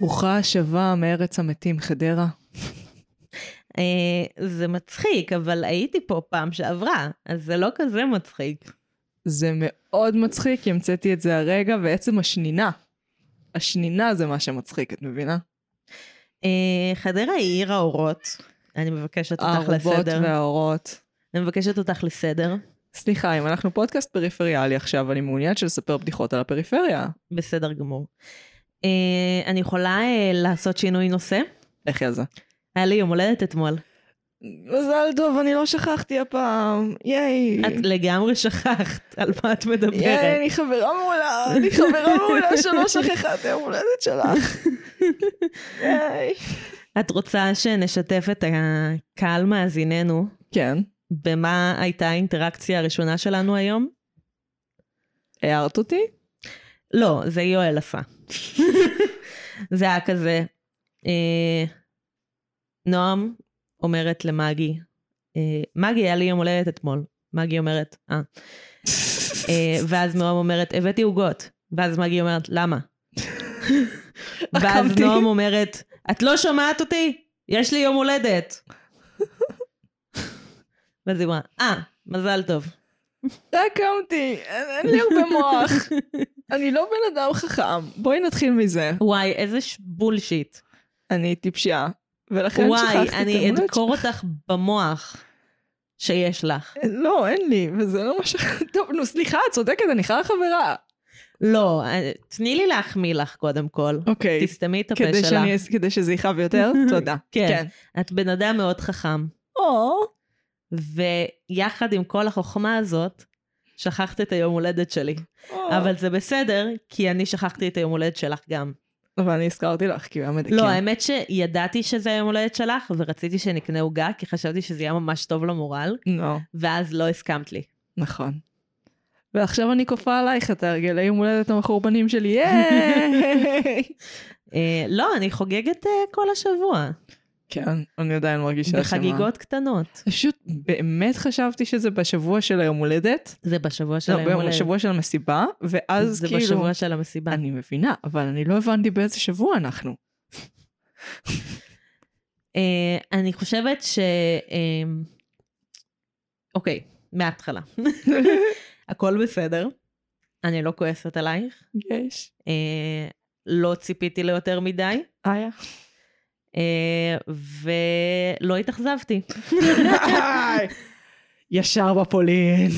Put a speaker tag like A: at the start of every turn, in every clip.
A: רוחה שווה מארץ המתים, חדרה.
B: אה, זה מצחיק, אבל הייתי פה פעם שעברה, אז זה לא כזה מצחיק.
A: זה מאוד מצחיק, המצאתי את זה הרגע, בעצם השנינה. השנינה זה מה שמצחיק, את מבינה?
B: אה, חדרה היא עיר האורות. אני מבקשת אותך
A: הארובות
B: לסדר.
A: והאורות.
B: אני מבקשת אותך לסדר.
A: סליחה, אם אנחנו פודקאסט פריפריאלי עכשיו, אני מעוניינת שנספר בדיחות על הפריפריה.
B: בסדר גמור. אה, אני יכולה אה, לעשות שינוי נושא?
A: לכי על זה.
B: היה לי יום הולדת אתמול.
A: מזל טוב, אני לא שכחתי הפעם. ייי.
B: את לגמרי שכחת על מה את
A: ייי,
B: מדברת.
A: אני חברה מעולה, אני חברה מעולה שלא שכחה את היום הולדת שלך. ייי.
B: את רוצה שנשתף את הקהל מאזיננו
A: כן,
B: במה הייתה האינטראקציה הראשונה שלנו היום?
A: הערת אותי?
B: לא, זה יואל עשה. זה היה כזה. אה, נועם אומרת למגי, אה, מגי, היה לי יום הולדת אתמול. מגי אומרת, אה. אה, ואז נועם אומרת, הבאתי עוגות. ואז מגי אומרת, למה? ואז
A: עקבתי.
B: נועם אומרת, את לא שומעת אותי? יש לי יום הולדת. ואז היא אמרה, אה, מזל טוב.
A: רק קמתי, אין אין לי הרבה מוח. אני לא בן אדם חכם. בואי נתחיל מזה.
B: וואי, איזה ש- בולשיט.
A: אני טיפשייה, ולכן
B: וואי,
A: שכחתי את
B: אני
A: המולדת
B: אדקור אותך במוח שיש לך.
A: שלך. לא, אין לי, וזה לא מה ש... טוב, נו, סליחה, את צודקת, אני חיה חברה.
B: לא, אה, תני לי להחמיא לך קודם כל.
A: אוקיי,
B: תסתמי את הפה
A: כדי,
B: שלך.
A: שאני, כדי שזה יכאב יותר, תודה.
B: כן. את בן אדם מאוד חכם,
A: או,
B: ויחד עם כל החוכמה הזאת, שכחת את היום הולדת שלי.
A: או.
B: אבל זה בסדר, כי אני שכחתי את היום הולדת שלך גם.
A: אבל אני הזכרתי לך, כי הוא היה מדכא.
B: לא, האמת שידעתי שזה היום הולדת שלך, ורציתי שנקנה עוגה, כי חשבתי שזה יהיה ממש טוב למורל,
A: לא,
B: ואז לא הסכמת לי.
A: נכון. ועכשיו אני כופה עלייך את ההרגלי יום הולדת המחורבנים שלי, ייי!
B: אה, לא, אני חוגגת אה, כל השבוע,
A: כן, אני עדיין מרגישה אשמה.
B: בחגיגות קטנות.
A: פשוט באמת חשבתי שזה בשבוע של היום הולדת.
B: זה בשבוע של
A: לא,
B: היום
A: ביום-
B: הולדת.
A: בשבוע של המסיבה, ואז
B: זה
A: כאילו...
B: בשבוע של המסיבה.
A: אני מבינה, אבל אני לא הבנתי באיזה שבוע אנחנו.
B: אה, אני חושבת ש... אה, אוקיי, מההתחלה. הכל בסדר. אני לא כועסת עלייך.
A: יש.
B: אה, לא ציפיתי ליותר מדי.
A: איה.
B: אה, ולא התאכזבתי.
A: ישר בפולין.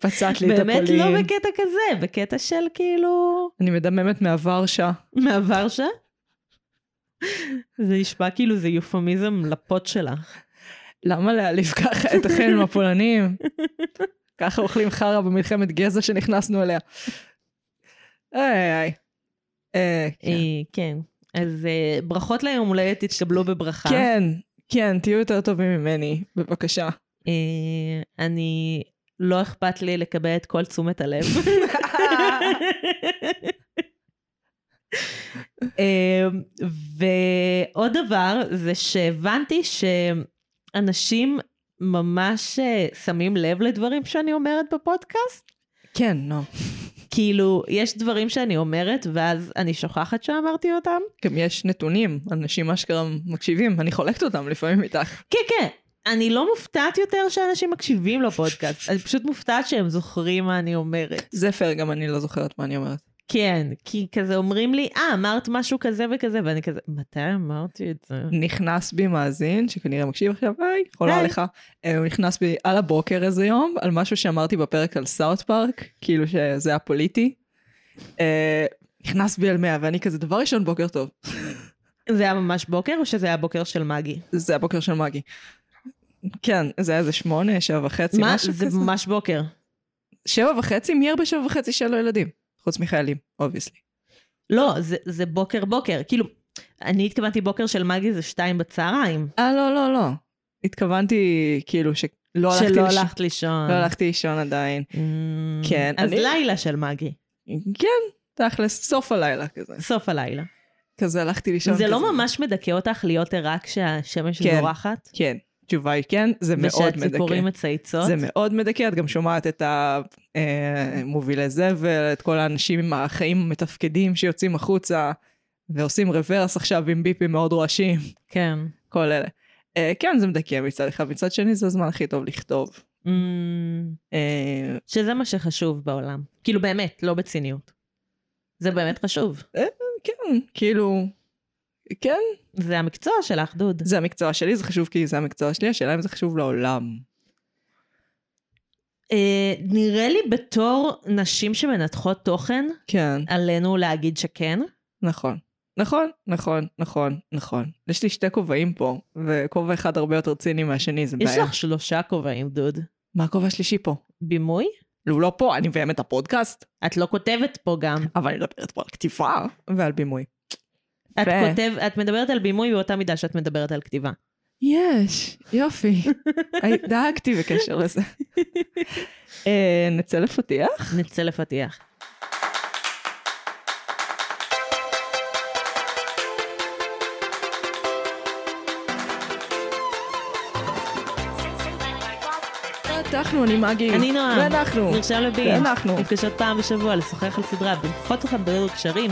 A: פצעת לי את הפולין.
B: באמת לא בקטע כזה, בקטע של כאילו...
A: אני מדממת מהוורשה.
B: מהוורשה? זה נשמע כאילו זה יופמיזם לפוט שלך.
A: למה להעליב ככה את אחינו הפולנים? ככה אוכלים חרא במלחמת גזע שנכנסנו אליה. איי איי. אה, כן.
B: אה, כן. אז אה, ברכות ליום הולדת, תתקבלו בברכה.
A: כן, כן, תהיו יותר טובים ממני, בבקשה.
B: אה, אני, לא אכפת לי לקבל את כל תשומת הלב. אה, ועוד דבר זה שהבנתי שאנשים ממש אה, שמים לב לדברים שאני אומרת בפודקאסט.
A: כן, נו.
B: כאילו, יש דברים שאני אומרת ואז אני שוכחת שאמרתי אותם.
A: גם יש נתונים, אנשים אשכרה מקשיבים, אני חולקת אותם לפעמים איתך.
B: כן, כן. אני לא מופתעת יותר שאנשים מקשיבים לפודקאסט, אני פשוט מופתעת שהם זוכרים מה אני אומרת.
A: זה פייר, גם אני לא זוכרת מה אני אומרת.
B: כן, כי כזה אומרים לי, אה, אמרת משהו כזה וכזה, ואני כזה, מתי אמרתי את זה?
A: נכנס בי מאזין, שכנראה מקשיב עכשיו, היי, חולה
B: היי.
A: לך. אה, הוא נכנס בי על הבוקר איזה יום, על משהו שאמרתי בפרק על סאוט פארק, כאילו שזה היה פוליטי. אה, נכנס בי על מאה, ואני כזה, דבר ראשון, בוקר טוב.
B: זה היה ממש בוקר, או שזה היה בוקר של מגי?
A: זה הבוקר של מגי. כן, זה היה איזה שמונה, שבע וחצי,
B: מה?
A: משהו
B: זה
A: כזה.
B: ממש בוקר.
A: שבע וחצי? מי הרבה שבע וחצי שאין לו ילדים? חוץ מחיילים, אובייסלי.
B: לא, זה, זה בוקר בוקר. כאילו, אני התכוונתי בוקר של מגי זה שתיים בצהריים.
A: אה, לא, לא, לא. התכוונתי, כאילו, שלא הלכתי
B: שלא
A: לישון.
B: הלכת לישון.
A: לא הלכתי לישון עדיין.
B: Mm,
A: כן,
B: אז
A: אני-
B: לילה של מגי,
A: כן, תכלס, סוף הלילה כזה.
B: סוף הלילה.
A: כזה הלכתי לישון.
B: זה
A: כזה.
B: לא ממש מדכא אותך להיות ערה כשהשמש
A: כן.
B: זורחת?
A: כן, התשובה היא כן, זה מאוד
B: ושהציפורים
A: מדכא.
B: מצייצות?
A: זה מאוד מדכא, את גם שומעת את אה, המובילי זבל, את כל האנשים עם החיים המתפקדים שיוצאים החוצה, ועושים רוורס עכשיו עם ביפים מאוד רועשים,
B: כן.
A: כל אלה. אה, כן, זה מדכא מצד אחד, מצד שני זה הזמן הכי טוב לכתוב.
B: אמ,
A: אה,
B: שזה מה שחשוב בעולם. כאילו באמת, לא בציניות. זה באמת חשוב.
A: כן, כאילו, כן,
B: זה המקצוע שלך, דוד.
A: זה המקצוע שלי, זה חשוב כי זה המקצוע שלי, השאלה אם זה חשוב לעולם.
B: אה, נראה לי בתור נשים שמנתחות תוכן,
A: כן,
B: עלינו להגיד שכן.
A: נכון. נכון, נכון, נכון, נכון. יש לי שתי כובעים פה, וכובע אחד הרבה יותר ציני מהשני, זה
B: יש
A: בעיה.
B: לך שלושה כובעים, דוד.
A: מה הכובע השלישי פה?
B: בימוי?
A: הוא לא פה, אני מביימת הפודקאסט,
B: את לא כותבת פה גם.
A: אבל אני מדברת פה על כתיבה ועל בימוי.
B: את,
A: יפה.
B: כותב, את מדברת על בימוי באותה מידה שאת מדברת על כתיבה.
A: יש, יופי. הי- דאגתי בקשר לזה. אה, נצא לפתיח?
B: נצא לפתיח.
A: פתחנו, אני מגי.
B: אני נועם.
A: ואנחנו.
B: נרשם לבי.
A: ואנחנו.
B: נפגשות פעם בשבוע לשוחח על סדרה, בנפחות אותם בלב קשרים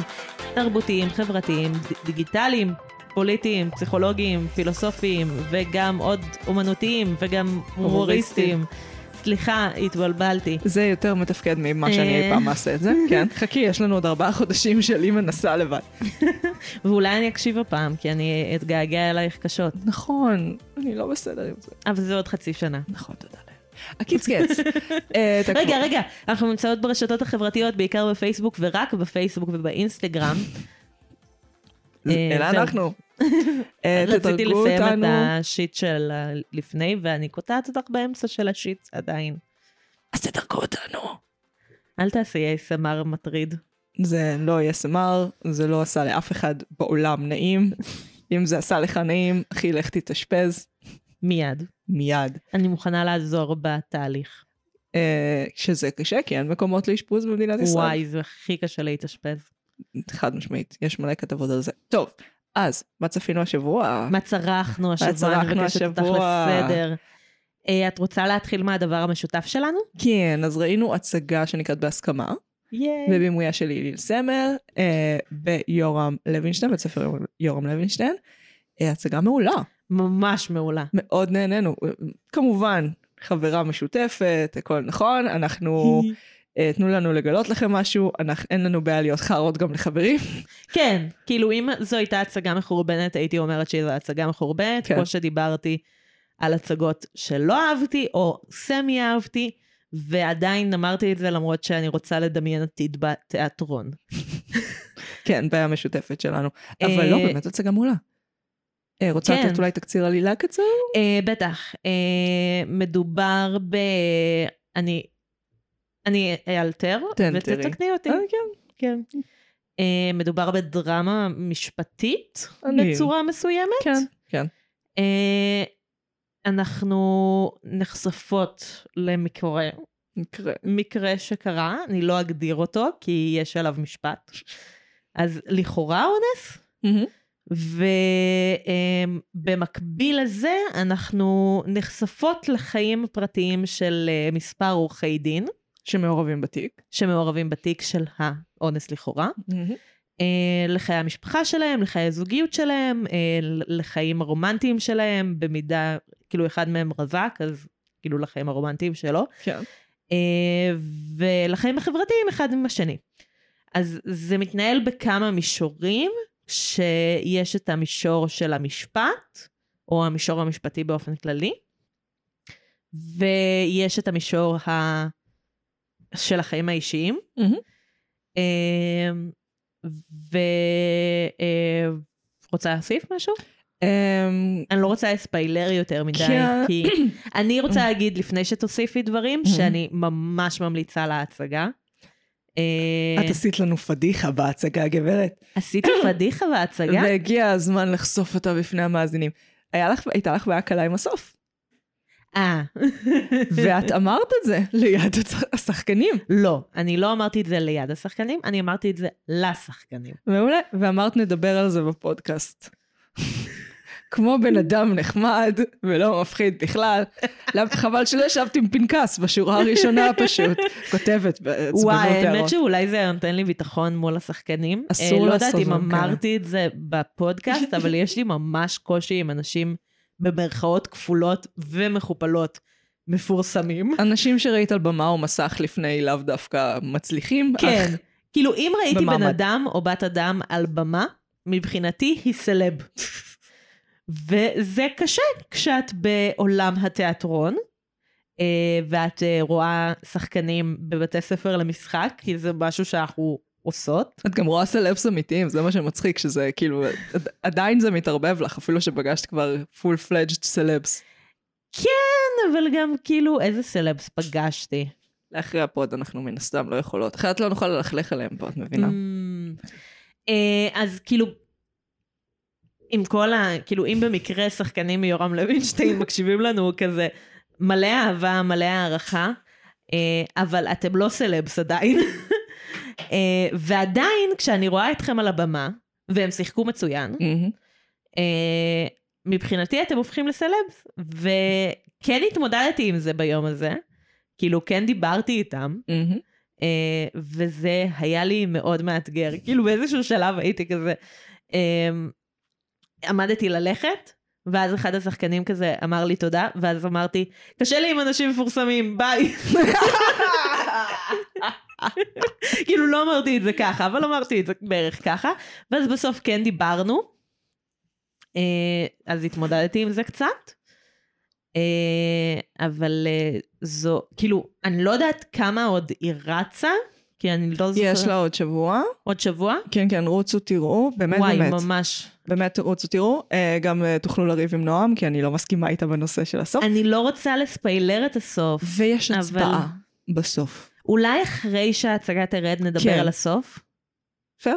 B: תרבותיים, חברתיים, ד- דיגיטליים, פוליטיים, פסיכולוגיים, פילוסופיים, וגם עוד אומנותיים, וגם הומוריסטיים. סליחה, התבלבלתי.
A: זה יותר מתפקד ממה
B: אה.
A: שאני אי פעם אעשה את זה, כן. חכי, יש לנו עוד ארבעה חודשים שלי מנסה לבד.
B: ואולי אני אקשיב הפעם, כי אני אתגעגע אלייך קשות.
A: נכון, אני לא בסדר עם זה.
B: אבל זה עוד חצי שנה.
A: נכון, תודה לאל. הקיצקץ. אה, תקשיבו.
B: רגע, רגע, אנחנו נמצאות ברשתות החברתיות, בעיקר בפייסבוק, ורק בפייסבוק ובאינסטגרם. אה,
A: אלא
B: זהו. לא
A: אנחנו. אה,
B: כן, רציתי
A: תדרגו
B: לסיים את
A: אותנו.
B: השיט של ה- לפני, ואני קוטעת אותך באמצע של השיט עדיין.
A: אז תדרגו אותנו.
B: אל תעשי ASMR מטריד.
A: זה לא ASMR, זה לא עשה לאף אחד בעולם נעים. אם זה עשה לך נעים, אחי, לך תתאשפז
B: מיד.
A: מיד.
B: אני מוכנה לעזור בתהליך.
A: אה, שזה קשה, כי אין מקומות לאשפוז במדינת ישראל.
B: וואי, זה הכי קשה להתאשפז.
A: חד משמעית, יש מלא כתבות על זה. טוב, אז, מה צפינו השבוע?
B: מה צרחנו השבוע? אני
A: צרחנו
B: מבקשת אותך
A: השבוע?
B: לסדר. אה, את רוצה להתחיל מהדבר המשותף שלנו?
A: כן, אז ראינו הצגה שנקראת בהסכמה,
B: אה. ייי.
A: בבימויה של איליל סמל, אה, ביורם לוינשטיין, בית ספר יורם- יורם לוינשטיין. אה, הצגה מעולה,
B: ממש מעולה.
A: מאוד נהנינו. אה, כמובן, חברה משותפת, הכל נכון, אנחנו... אה, תנו לנו לגלות לכם משהו, אנחנו, אין לנו בעיה להיות חארות גם לחברים.
B: כן, כאילו אם זו הייתה הצגה מחורבנת, הייתי אומרת שזו הצגה מחורבנת,
A: כן.
B: כן. כמו שדיברתי על הצגות שלא אהבתי, או סמי אהבתי, ועדיין אמרתי את זה למרות שאני רוצה לדמיין עתיד בתיאטרון.
A: כן, בעיה משותפת שלנו. אבל לא,
B: אה,
A: באמת הצגה מעולה. אה, רוצה
B: כן.
A: לתת אולי תקציר עלילה קצר?
B: אה, בטח, אה, מדובר ב... אני... אני אאלתר,
A: תן, תראי.
B: ותתקני אותי.
A: אה, כן.
B: כן. אה, מדובר בדרמה משפטית
A: אני-
B: בצורה מסוימת.
A: כן. כן.
B: אה, אנחנו נחשפות למקרה
A: מקרה.
B: מקרה שקרה, אני לא אגדיר אותו, כי יש עליו משפט. אז לכאורה אונס, ובמקביל אה, לזה אנחנו נחשפות לחיים הפרטיים של אה, מספר עורכי דין
A: שמעורבים בתיק.
B: שמעורבים בתיק של האונס לכאורה. אה, לחיי המשפחה שלהם, לחיי הזוגיות שלהם, אה, ל- לחיים הרומנטיים שלהם, במידה, כאילו אחד מהם רווק, אז כאילו לחיים הרומנטיים שלו,
A: כן.
B: אה, ולחיים החברתיים אחד עם השני. אז זה מתנהל בכמה מישורים, שיש את המישור של המשפט, או המישור המשפטי באופן כללי, ויש את המישור ה... של החיים האישיים. אה, ורוצה אה, להוסיף משהו?
A: אמ,
B: אני לא רוצה לספיילר יותר מדי,
A: כן.
B: כי אני רוצה להגיד לפני שתוסיפי דברים, שאני ממש ממליצה להצגה. אה,
A: את עשית לנו פדיחה בהצגה, גברת.
B: עשיתי פדיחה בהצגה?
A: והגיע הזמן לחשוף אותה בפני המאזינים. היה לך- הייתה לך בעיה קלה עם הסוף,
B: אה.
A: ואת אמרת את זה ליד הצ- השחקנים.
B: לא, אני לא אמרתי את זה ליד השחקנים, אני אמרתי את זה לשחקנים.
A: מעולה. ואמרת נדבר על זה בפודקאסט. כמו בן אדם נחמד ולא מפחיד בכלל. למ- חבל שלא ישבת עם פנקס בשורה הראשונה פשוט. כותבת בעצבנות
B: וואי, האמת
A: הערות.
B: שאולי זה נותן לי ביטחון מול השחקנים.
A: אסור
B: אה,
A: לעשות
B: לא יודעת אם
A: דברים כאלה.
B: אמרתי את זה בפודקאסט, אבל יש לי ממש קושי עם אנשים במרכאות כפולות ומכופלות מפורסמים.
A: אנשים שראית על במה או מסך לפני לאו דווקא מצליחים. אה, אך-
B: כן. כאילו, אם ראיתי בן
A: במעמד.
B: אדם או בת אדם על במה, מבחינתי היא סלב. וזה קשה כשאת בעולם התיאטרון, אה, ואת אה, רואה שחקנים בבתי ספר למשחק, כי זה משהו שאנחנו עושות.
A: את גם רואה סלבס אמיתיים, זה מה שמצחיק, שזה כאילו, עד- עדיין זה מתערבב לך, אפילו שפגשת כבר full fledged סלבס.
B: כן, אבל גם כאילו, איזה סלבס פגשתי.
A: לאחרי הפוד אנחנו מן הסתם לא יכולות, אחרת לא נוכל ללכלך עליהם פה, את מבינה?
B: Mm. אה, אז כאילו, עם כל ה... כאילו, אם במקרה שחקנים מיורם לוינשטיין מקשיבים לנו כזה מלא אהבה, מלא הערכה, אה, אבל אתם לא סלבס עדיין. אה, ועדיין, כשאני רואה אתכם על הבמה, והם שיחקו מצוין,
A: מהמם.
B: אה, מבחינתי אתם הופכים לסלבס. וכן התמודדתי עם זה ביום הזה, כאילו, כן דיברתי איתם.
A: מהמם.
B: אה, וזה היה לי מאוד מאתגר. כאילו באיזשהו שלב הייתי כזה... אה, עמדתי ללכת, ואז אחד השחקנים כזה אמר לי תודה, ואז אמרתי, קשה לי עם אנשים מפורסמים, ביי. כאילו לא אמרתי את זה ככה, אבל אמרתי את זה בערך ככה, ואז בסוף כן דיברנו, אה, אז התמודדתי עם זה קצת. אה, אבל אה, זו, כאילו, אני לא יודעת כמה עוד היא רצה, כי אני לא זוכרת.
A: יש לה עוד שבוע.
B: עוד שבוע?
A: כן, כן, רוצו תראו, באמת,
B: וואי,
A: באמת.
B: ממש.
A: באמת רוצו תראו. אה, גם אה, תוכלו לריב עם נועם, כי אני לא מסכימה איתה בנושא של הסוף.
B: אני לא רוצה לספיילר את הסוף.
A: ויש
B: אבל-
A: הצבעה בסוף.
B: אולי אחרי שההצגה תרד נדבר
A: כן.
B: על הסוף?
A: בסדר?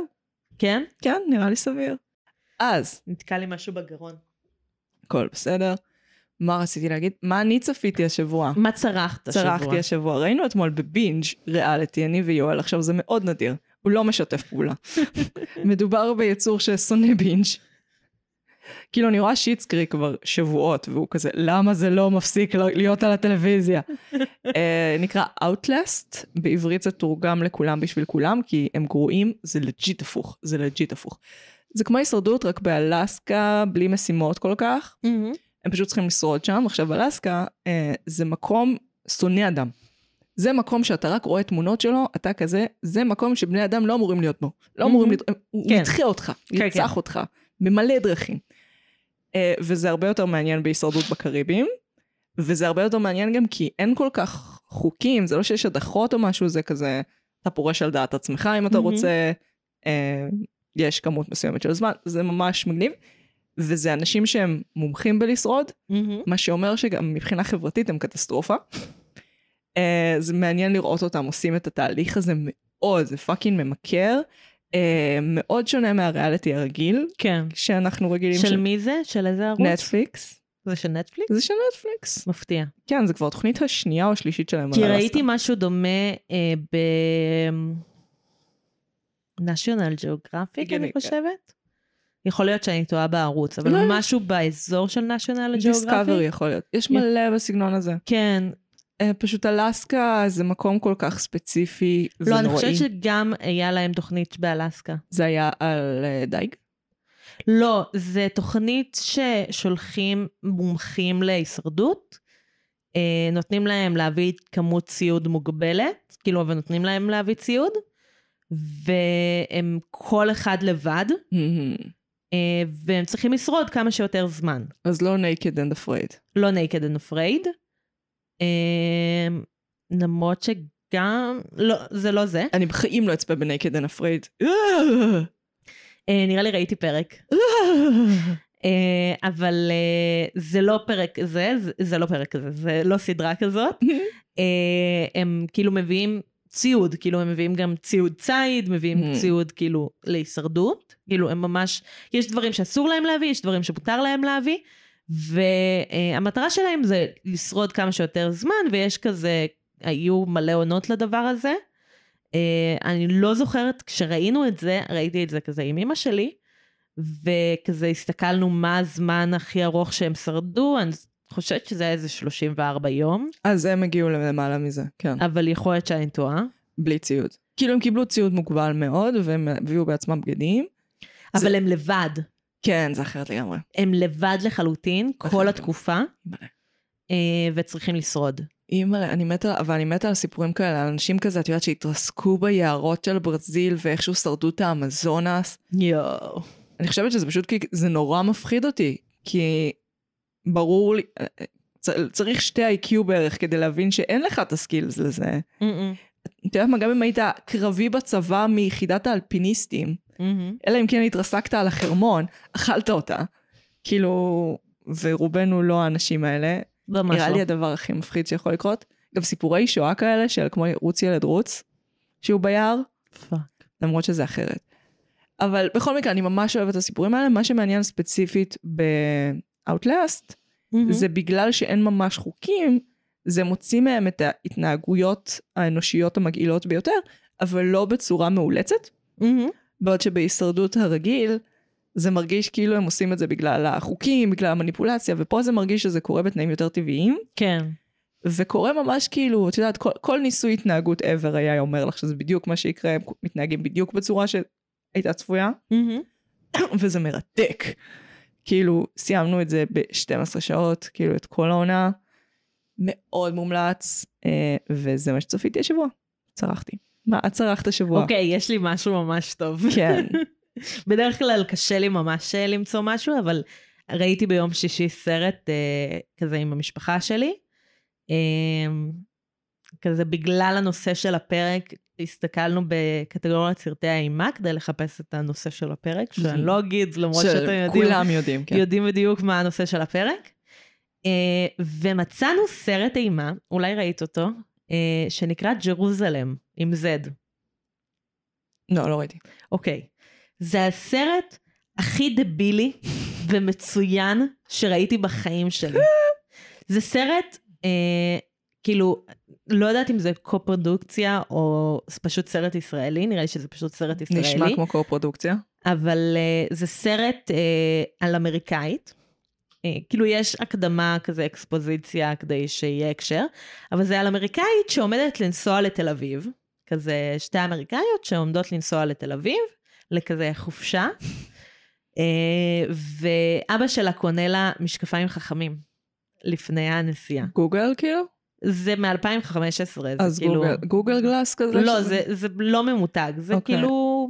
B: כן?
A: כן, נראה לי סביר. אז,
B: נתקע לי משהו בגרון.
A: הכל בסדר. מה רציתי להגיד? מה אני צפיתי השבוע?
B: מה צרחת השבוע?
A: צרחתי השבוע. ראינו אתמול בבינג' ריאליטי, אני ויואל, עכשיו זה מאוד נדיר. הוא לא משתף פעולה. מדובר ביצור ששונא בינג'. כאילו, אני רואה שיטסקרי כבר שבועות, והוא כזה, למה זה לא מפסיק ל- להיות על הטלוויזיה? אה, נקרא Outlast, בעברית זה תורגם לכולם בשביל כולם, כי הם גרועים, זה לג'יט הפוך, זה לג'יט הפוך. זה כמו הישרדות, רק באלסקה, בלי משימות כל כך.
B: מהמם.
A: הם פשוט צריכים לשרוד שם. עכשיו, אלסקה אה, זה מקום שונא אדם. זה מקום שאתה רק רואה תמונות שלו, אתה כזה, זה מקום שבני אדם לא אמורים להיות בו. לא אמורים
B: מהמם.
A: להיות, הוא
B: כן.
A: ידחה אותך,
B: כן,
A: ירצח
B: כן.
A: אותך, במלא דרכים. אה, וזה הרבה יותר מעניין בהישרדות בקריבים, וזה הרבה יותר מעניין גם כי אין כל כך חוקים, זה לא שיש הדחות או משהו, זה כזה, אתה פורש על דעת עצמך אם אתה
B: מהמם.
A: רוצה, אה, יש כמות מסוימת של זמן, זה ממש מגניב. וזה אנשים שהם מומחים בלשרוד,
B: מהמם.
A: מה שאומר שגם מבחינה חברתית הם קטסטרופה. אה, זה מעניין לראות אותם עושים את התהליך הזה מאוד, זה פאקינג ממכר. אה, מאוד שונה מהריאליטי הרגיל
B: כן.
A: שאנחנו רגילים.
B: של מי זה? של איזה ערוץ?
A: נטפליקס.
B: זה של נטפליקס?
A: זה של נטפליקס.
B: מפתיע.
A: כן, זה כבר התוכנית השנייה או השלישית שלהם.
B: כי
A: על אלסקה.
B: ראיתי משהו דומה אה, ב... national geographic, אני
A: הגיוני, כן.
B: חושבת. יכול להיות שאני טועה בערוץ, אבל
A: לא.
B: משהו באזור של national
A: דיסקאברי
B: geographic.
A: יכול להיות. יש
B: כן.
A: מלא בסגנון הזה.
B: כן,
A: אה, פשוט אלסקה זה מקום כל כך ספציפי, זה
B: לא, אני
A: נוראי.
B: חושבת שגם היה להם תוכנית באלסקה.
A: זה היה על אה, דייג.
B: לא, זה תוכנית ששולחים מומחים להישרדות, אה, נותנים להם להביא כמות ציוד מוגבלת, כאילו, אבל נותנים להם להביא ציוד, והם כל אחד לבד,
A: Mm-hmm.
B: אה, והם צריכים לשרוד כמה שיותר זמן.
A: אז לא naked and afraid.
B: לא naked and afraid, אה, למרות שגם, לא, זה לא זה.
A: אני בחיים לא אצפה בנקד and afraid.
B: אה, נראה לי ראיתי פרק. אה, אבל אה, זה לא פרק זה, זה- זה לא פרק כזה, זה לא סדרה כזאת. אה, הם כאילו מביאים ציוד, כאילו הם מביאים גם ציוד ציד, מביאים
A: Mm.
B: ציוד כאילו להישרדות, כאילו הם ממש, יש דברים שאסור להם להביא, יש דברים שמותר להם להביא, והמטרה שלהם זה לשרוד כמה שיותר זמן, ויש כזה, היו מלא עונות לדבר הזה. אה, אני לא זוכרת, כשראינו את זה, ראיתי את זה כזה עם אמא שלי, וכזה הסתכלנו מה הזמן הכי ארוך שהם שרדו, אני חושבת שזה היה איזה 34 יום,
A: אז הם הגיעו למעלה מזה, כן.
B: אבל יכול להיות שאני טועה.
A: בלי ציוד. כאילו הם קיבלו ציוד מוגבל מאוד, והם הביאו בעצמם בגדים. זה-
B: אבל הם לבד,
A: כן, זה אחרת לגמרי.
B: הם לבד לחלוטין כל
A: לחלוטין.
B: התקופה, אה, וצריכים לשרוד.
A: אימא, אני מתה, אבל אני מתה על סיפורים כאלה, על אנשים כזה, את יודעת, שהתרסקו ביערות של ברזיל ואיכשהו שרדו את האמזונס.
B: יואו.
A: אני חושבת שזה פשוט כי זה נורא מפחיד אותי, כי ברור לי, אה, צ- צריך שתי IQ בערך כדי להבין שאין לך את הסקילס לזה. את יודעת מה, גם אם היית קרבי בצבא מיחידת האלפיניסטים,
B: mm-hmm.
A: אלא אם כן התרסקת על החרמון, אכלת אותה. כאילו, ורובנו לא האנשים האלה.
B: ממש
A: נראה
B: לא.
A: לי הדבר הכי מפחיד שיכול לקרות. גם סיפורי שואה כאלה, של כמו רוץ ילד רוץ, שהוא ביער,
B: פאק.
A: למרות שזה אחרת. אבל בכל מקרה, אני ממש אוהבת את הסיפורים האלה. מה שמעניין ספציפית ב-Outlast,
B: Mm-hmm,
A: זה בגלל שאין ממש חוקים, זה מוציא מהם את ההתנהגויות האנושיות המגעילות ביותר, אבל לא בצורה מאולצת.
B: מהמם.
A: בעוד שבהישרדות הרגיל, זה מרגיש כאילו הם עושים את זה בגלל החוקים, בגלל המניפולציה, ופה זה מרגיש שזה קורה בתנאים יותר טבעיים,
B: כן.
A: וקורה ממש כאילו, את יודעת, כל, כל ניסוי התנהגות ever היה אומר לך שזה בדיוק מה שיקרה, הם מתנהגים בדיוק בצורה שהייתה צפויה,
B: מהמם.
A: וזה מרתק. כאילו, סיימנו את זה ב-12 שעות, כאילו, את כל העונה. מאוד מומלץ, אה, וזה מה שצפיתי השבוע. צרחתי. מה, את צרחת השבוע.
B: אוקיי, יש לי משהו ממש טוב.
A: כן.
B: בדרך כלל קשה לי ממש אה, למצוא משהו, אבל ראיתי ביום שישי סרט אה, כזה עם המשפחה שלי. אה, כזה בגלל הנושא של הפרק, הסתכלנו בקטגוריית סרטי האימה כדי לחפש את הנושא של הפרק, שאני לא אגיד, למרות שאתם יודעים.
A: כולם יודעים, כן.
B: יודעים בדיוק מה הנושא של הפרק. אה, ומצאנו סרט אימה, אולי ראית אותו, אה, שנקרא ג'רוזלם, עם Z.
A: לא, לא ראיתי.
B: אוקיי. זה הסרט הכי דבילי ומצוין שראיתי בחיים שלי. זה סרט, אה, כאילו, לא יודעת אם זה קו-פרודוקציה או פשוט סרט ישראלי, נראה לי שזה פשוט סרט ישראלי.
A: נשמע כמו קו-פרודוקציה.
B: אבל uh, זה סרט uh, על אמריקאית. Uh, כאילו יש הקדמה כזה, אקספוזיציה, כדי שיהיה הקשר, אבל זה על אמריקאית שעומדת לנסוע לתל אביב. כזה שתי אמריקאיות שעומדות לנסוע לתל אביב, לכזה חופשה. Uh, ואבא שלה קונה לה משקפיים חכמים לפני הנסיעה.
A: גוגל כאילו?
B: זה מ-2015, זה
A: אז
B: כאילו...
A: גוגל, גוגל גלאס כזה?
B: לא,
A: שזה-
B: זה, זה לא ממותג, זה okay.
A: אוקיי.
B: כאילו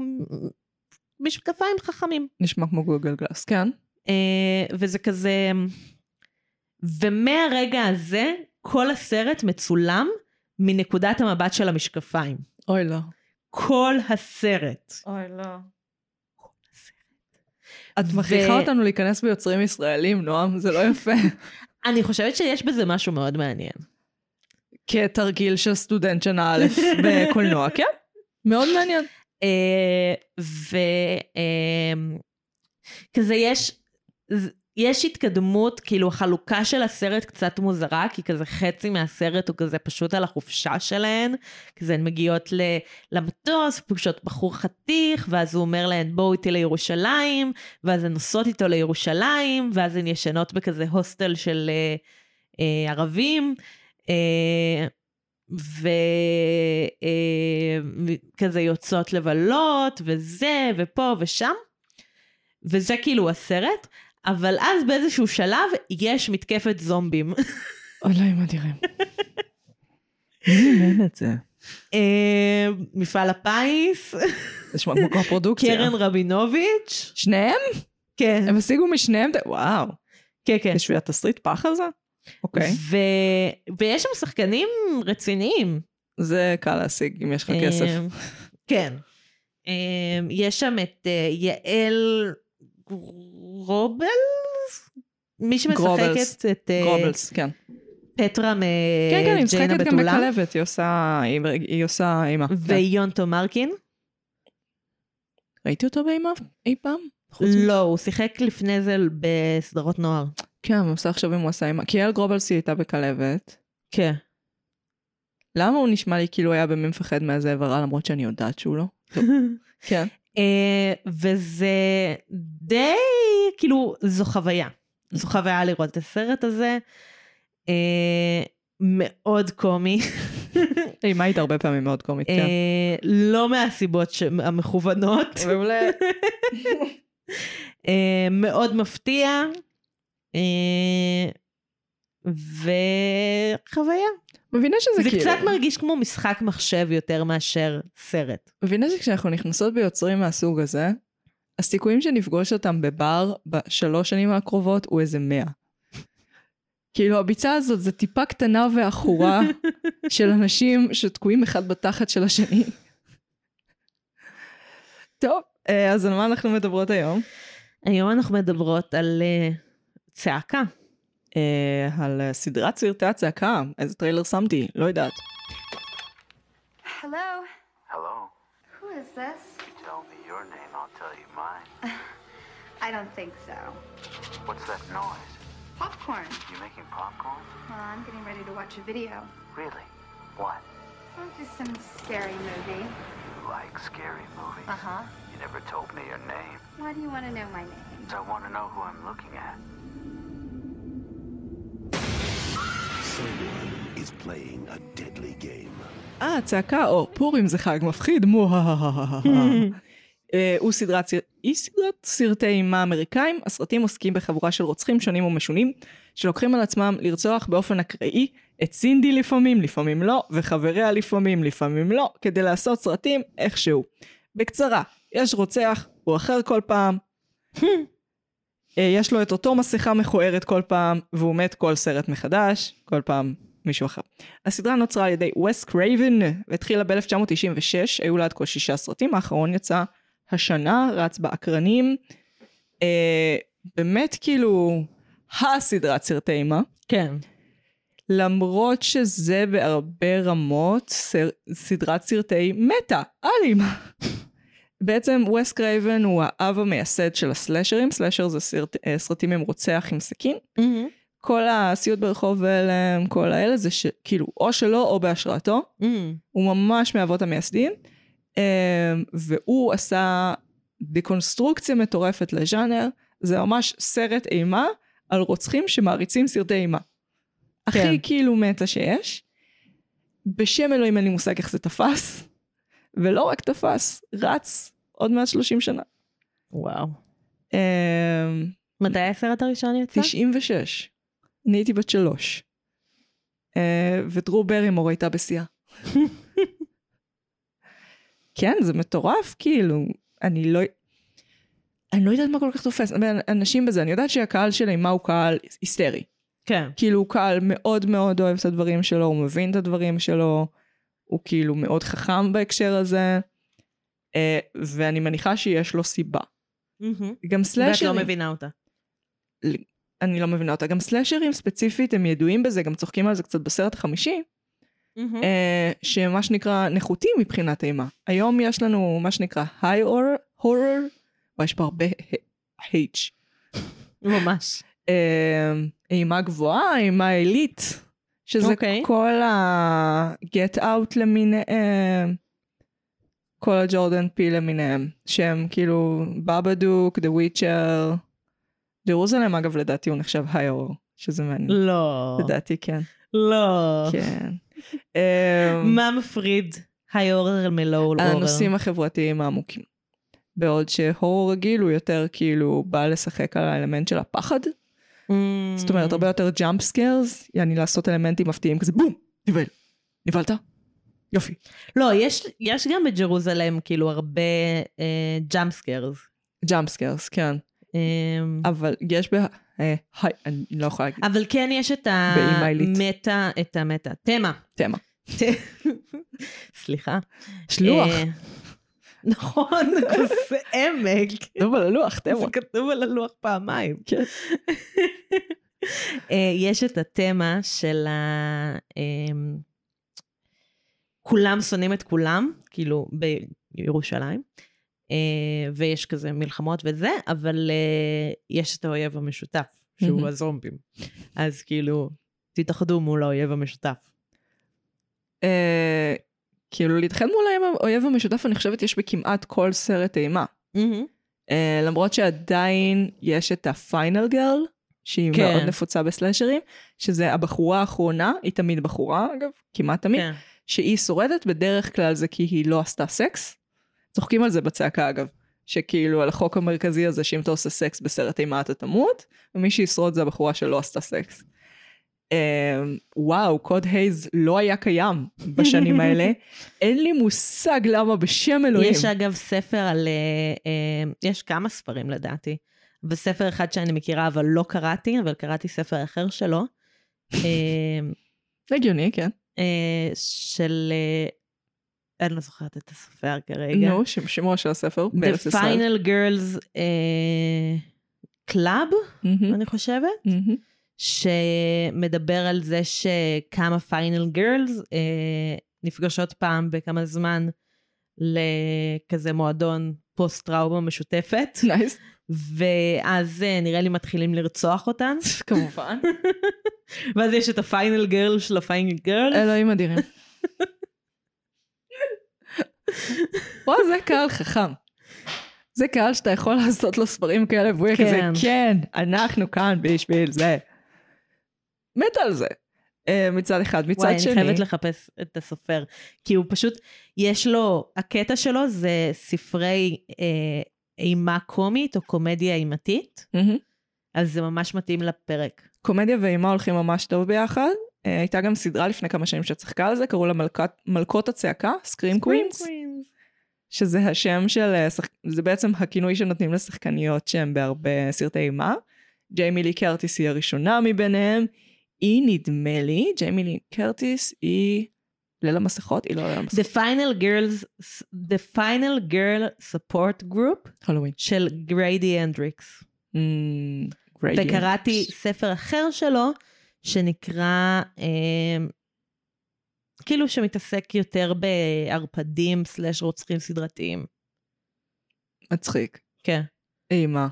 B: משקפיים חכמים.
A: נשמע כמו גוגל גלאס, כן.
B: אה, וזה כזה... ומהרגע הזה, כל הסרט מצולם מנקודת המבט של המשקפיים.
A: אוי לא.
B: כל הסרט.
A: אוי לא.
B: הסרט.
A: את
B: ו-
A: מכריחה אותנו להיכנס ביוצרים ישראלים, נועם, זה לא יפה.
B: אני חושבת שיש בזה משהו מאוד מעניין.
A: כתרגיל של סטודנט שנה א' בקולנוע, כן. מאוד מעניין.
B: אה, ו... אה, כזה יש... ז- יש התקדמות, כאילו החלוקה של הסרט קצת מוזרה, כי כזה חצי מהסרט הוא כזה פשוט על החופשה שלהן, כזה הן מגיעות ל, למטוס, פוגשות בחור חתיך, ואז הוא אומר להן בואו איתי לירושלים, ואז הן נוסעות איתו לירושלים, ואז הן ישנות בכזה הוסטל של אה, אה, ערבים, אה, וכזה אה, יוצאות לבלות, וזה, ופה ושם, וזה כאילו הסרט, אבל אז באיזשהו שלב יש מתקפת זומבים.
A: אלוהים אדירים. מי אימן את זה?
B: אה, מפעל הפיס,
A: זה נשמע כמו קו-פרודוקציה.
B: קרן רבינוביץ',
A: שניהם?
B: כן,
A: הם השיגו משניהם? את ה- וואו.
B: כן, כן.
A: בשביל התסריט פח הזה? אוקיי.
B: ו... ויש שם שחקנים רציניים.
A: זה קל להשיג אם יש לך כסף.
B: אמ, כן. אמ, יש שם את אה, יעל גרובלס? מי
A: גרובלס.
B: שמשחקת את אה,
A: גרובלס, כן.
B: פטרה
A: כן, כן, היא
B: מג'יינה
A: משחקת גם
B: בתולה,
A: בכלבת, היא עושה, היא- היא עושה אימה. כן.
B: ויונטו מרקין.
A: ראיתי אותו באימה אי פעם? חוץ מ-
B: לא, הוא שיחק לפני זה בסדרות נוער.
A: כן, אני עושה עכשיו אם הוא עשה אימה. כי אל גרובלס היא הייתה בכלבת.
B: כן.
A: למה הוא נשמע לי כאילו היה במי מפחד מהזאב הרע למרות שאני יודעת שהוא לא? טוב, כן.
B: אה, וזה די, כאילו, זו חוויה. זו חוויה לראות את הסרט הזה. אה, מאוד קומי.
A: היא מאית הרבה פעמים מאוד קומית, כן.
B: אה, לא מהסיבות ש- המכוונות.
A: מעולה.
B: אה, מאוד מפתיע. אה, וחוויה.
A: מבינה שזה
B: זה
A: כאילו...
B: קצת מרגיש כמו משחק מחשב יותר מאשר סרט.
A: מבינה שכשאנחנו נכנסות ביוצרים מהסוג הזה, הסיכויים שנפגוש אותם בבר בשלוש שנים הקרובות הוא איזה מאה. כאילו הביצה הזאת זה טיפה קטנה ועכורה של אנשים שתקועים אחד בתחת של השני. טוב, אה, אז על מה אנחנו מדברות היום?
B: היום אנחנו מדברות על אה, צעקה.
A: אה, על אה, סדרת סרטי הצעקה, איזה טריילר שמתי, לא יודעת.
C: Hello,
D: Hello.
C: who is this?
D: Tell me your name, I'll tell you mine.
C: I don't think so.
D: What's that noise?
C: Popcorn.
D: You making popcorn?
C: Well, I'm getting ready to watch a video.
D: Really? What?
C: Oh, just some scary movie.
D: You like scary movies?
C: Uh-huh.
D: You never told me your name.
C: Why do you want to know my name?
D: I want to know who I'm looking at.
E: Someone is playing a deadly game.
A: אה, צעקה, או פורים זה חג מפחיד, מוההההההה. אה, הוא סדרת, סר- היא סדרת סרטי אימה אמריקאים, הסרטים עוסקים בחבורה של רוצחים שונים ומשונים, שלוקחים על עצמם לרצוח באופן אקראי את סינדי לפעמים, לפעמים לא, וחבריה לפעמים, לפעמים לא, כדי לעשות סרטים איכשהו. בקצרה, יש רוצח, הוא אחר כל פעם, אה, יש לו את אותו מסכה מכוערת כל פעם, והוא מת כל סרט מחדש, כל פעם מישהו אחר. הסדרה נוצרה על ידי וס קרייבן והתחילה ב-1996, היו לה עד כה שישה סרטים, האחרון יצא השנה, רץ באקרנים. אה, באמת כאילו הסדרת סרטי אימה,
B: כן.
A: למרות שזה בהרבה רמות סר, סדרת סרטי מטה, על אימה. בעצם וס קרייבן הוא האב המייסד של הסלאשרים, סלאשר זה סרט, אה, סרטים עם רוצח עם סכין. כל הסיוט ברחוב הלם, כל האלה זה ש- כאילו או שלו או בהשראתו. הוא ממש מאבות המייסדים, אה, והוא עשה דקונסטרוקציה מטורפת לז'אנר, זה ממש סרט אימה על רוצחים שמעריצים סרטי אימה. כן. הכי כאילו מטה שיש. בשם אלוהים אין לי מושג איך זה תפס, ולא רק תפס, רץ עוד מעט 30 שנה.
B: וואו.
A: אה,
B: מתי הסרט הראשון יצא?
A: 96. אני הייתי בת שלוש. אה, ודרו ברימור הייתה בשיאה. כן, זה מטורף, כאילו, אני לא... אני לא יודעת מה כל כך תופס, אבל אנשים בזה, אני יודעת שהקהל שלי, מה הוא קהל היסטרי.
B: כן.
A: כאילו, הוא קהל מאוד מאוד אוהב את הדברים שלו, הוא מבין את הדברים שלו, הוא כאילו מאוד חכם בהקשר הזה, אה, ואני מניחה שיש לו סיבה. גם
B: ואת
A: סלאשרים...
B: לא מבינה אותה.
A: אני לא מבינה אותה. גם סלאשרים ספציפית, הם ידועים בזה, גם צוחקים על זה קצת בסרט החמישי,
B: Mm-hmm.
A: אה, שמה שנקרא נחותים מבחינת אימה. היום יש לנו מה שנקרא high horror, horror, וואי, יש פה הרבה ה- H.
B: ממש.
A: אה, אימה גבוהה, אימה עילית, שזה
B: אוקיי.
A: כל ה-get out למיניהם, כל הג'ורדן פי למיניהם, שהם כאילו בבדוק, The Witcher, ג'רוזלם אגב לדעתי הוא נחשב היי אור, שזה מעניין.
B: לא.
A: לדעתי כן.
B: לא.
A: כן. אמ,
B: מה לא, מפריד היי אורר מלואו אורר?
A: הנושאים החברתיים העמוקים. בעוד שהורור רגיל הוא יותר כאילו בא לשחק על האלמנט של הפחד.
B: Mm.
A: זאת אומרת הרבה יותר ג'אמפ סקיירס, יעני לעשות אלמנטים מפתיעים כזה בום, נבהל. נבהלת? יופי.
B: לא, יש- יש גם בג'רוזלם כאילו הרבה אה, ג'אמפ סקיירס.
A: ג'אמפ סקיירס, כן. אבל יש ב... אה, היי, אני לא יכולה להגיד
B: אמ, אבל כן יש את
A: באימה עילית.
B: המטה, את המטה. תמה.
A: תמה.
B: סליחה.
A: שלוח.
B: אה, נכון, כוס עמק.
A: טוב על הלוח, תמה.
B: זה כתוב על הלוח פעמיים.
A: כן.
B: אה, יש את התמה של ה... אמ, כולם שונאים את כולם, כאילו בירושלים, אה, ויש כזה מלחמות וזה, אבל אה, יש את האויב המשותף,
A: מהמם.
B: שהוא הזומבים. אז כאילו, תתאחדו מול האויב המשותף.
A: אה, כאילו להתחתן מול האימה האויב המשותף, אני חושבת, יש בכמעט כל סרט אימה.
B: מהמם.
A: אה, למרות שעדיין יש את הפיינל גרל, שהיא
B: כן.
A: מאוד נפוצה בסלאשרים, שזה הבחורה האחרונה, היא תמיד בחורה אגב, כמעט תמיד,
B: כן.
A: שהיא שורדת, בדרך כלל זה כי היא לא עשתה סקס. צוחקים על זה בצעקה אגב, שכאילו על החוק המרכזי הזה שאם אתה עושה סקס בסרט אימה אתה תמות, ומי שישרוד זה הבחורה שלא עשתה סקס. אמ, וואו, קוד הייז לא היה קיים בשנים האלה. אין לי מושג למה בשם אלוהים.
B: יש אגב ספר על... אה, אה, יש כמה ספרים לדעתי, וספר אחד שאני מכירה אבל לא קראתי, אבל קראתי ספר אחר שלו, אה,
A: הגיוני, כן.
B: אה, של... אה, אני לא זוכרת את הסופר כרגע.
A: נו, שם- שמו של הספר בארץ
B: The
A: ישראל.
B: Final Girls אה, Club,
A: מהמם,
B: אני חושבת.
A: מהמם.
B: שמדבר על זה שכמה פיינל גרלס אה, נפגשות פעם בכמה זמן לכזה מועדון פוסט-טראומה משותפת,
A: נייס,
B: ואז אה, נראה לי מתחילים לרצוח אותן,
A: כמובן.
B: ואז יש את הפיינל גרל של הפיינל גרל.
A: אלוהים אדירים. וואו, זה קהל חכם. זה קהל שאתה יכול לעשות לו ספרים כאלה, והוא יהיה כזה,
B: כן.
A: כן, אנחנו כאן בשביל זה. מת על זה. אה, מצד אחד. מצד
B: וואי,
A: שני,
B: אני חייבת לחפש את הסופר, כי הוא פשוט, יש לו, הקטע שלו זה ספרי אה, אימה קומית או קומדיה אימתית,
A: מהמם.
B: אז זה ממש מתאים לפרק.
A: קומדיה ואימה הולכים ממש טוב ביחד. אה, הייתה גם סדרה לפני כמה שנים שצחקה על זה, קראו לה מלכת- מלכות הצעקה, סקרים קווינס. שזה השם של, אה, שחק... זה בעצם הכינוי שנותנים לשחקניות שהן בהרבה סרטי אימה. ג'יימי לי קרטיס היא הראשונה מביניהם. היא נדמה לי, ג'יימי לי קרטיס היא ליל המסכות, היא לא ליל
B: The
A: המסכות.
B: Final Girls, The Final Girl Support Group
A: הלואוין.
B: של גריידי הנדריקס.
A: Mm,
B: וקראתי ספר אחר שלו, שנקרא, אה, כאילו שמתעסק יותר בערפדים סלאש רוצחים סדרתיים.
A: מצחיק.
B: כן.
A: אימה.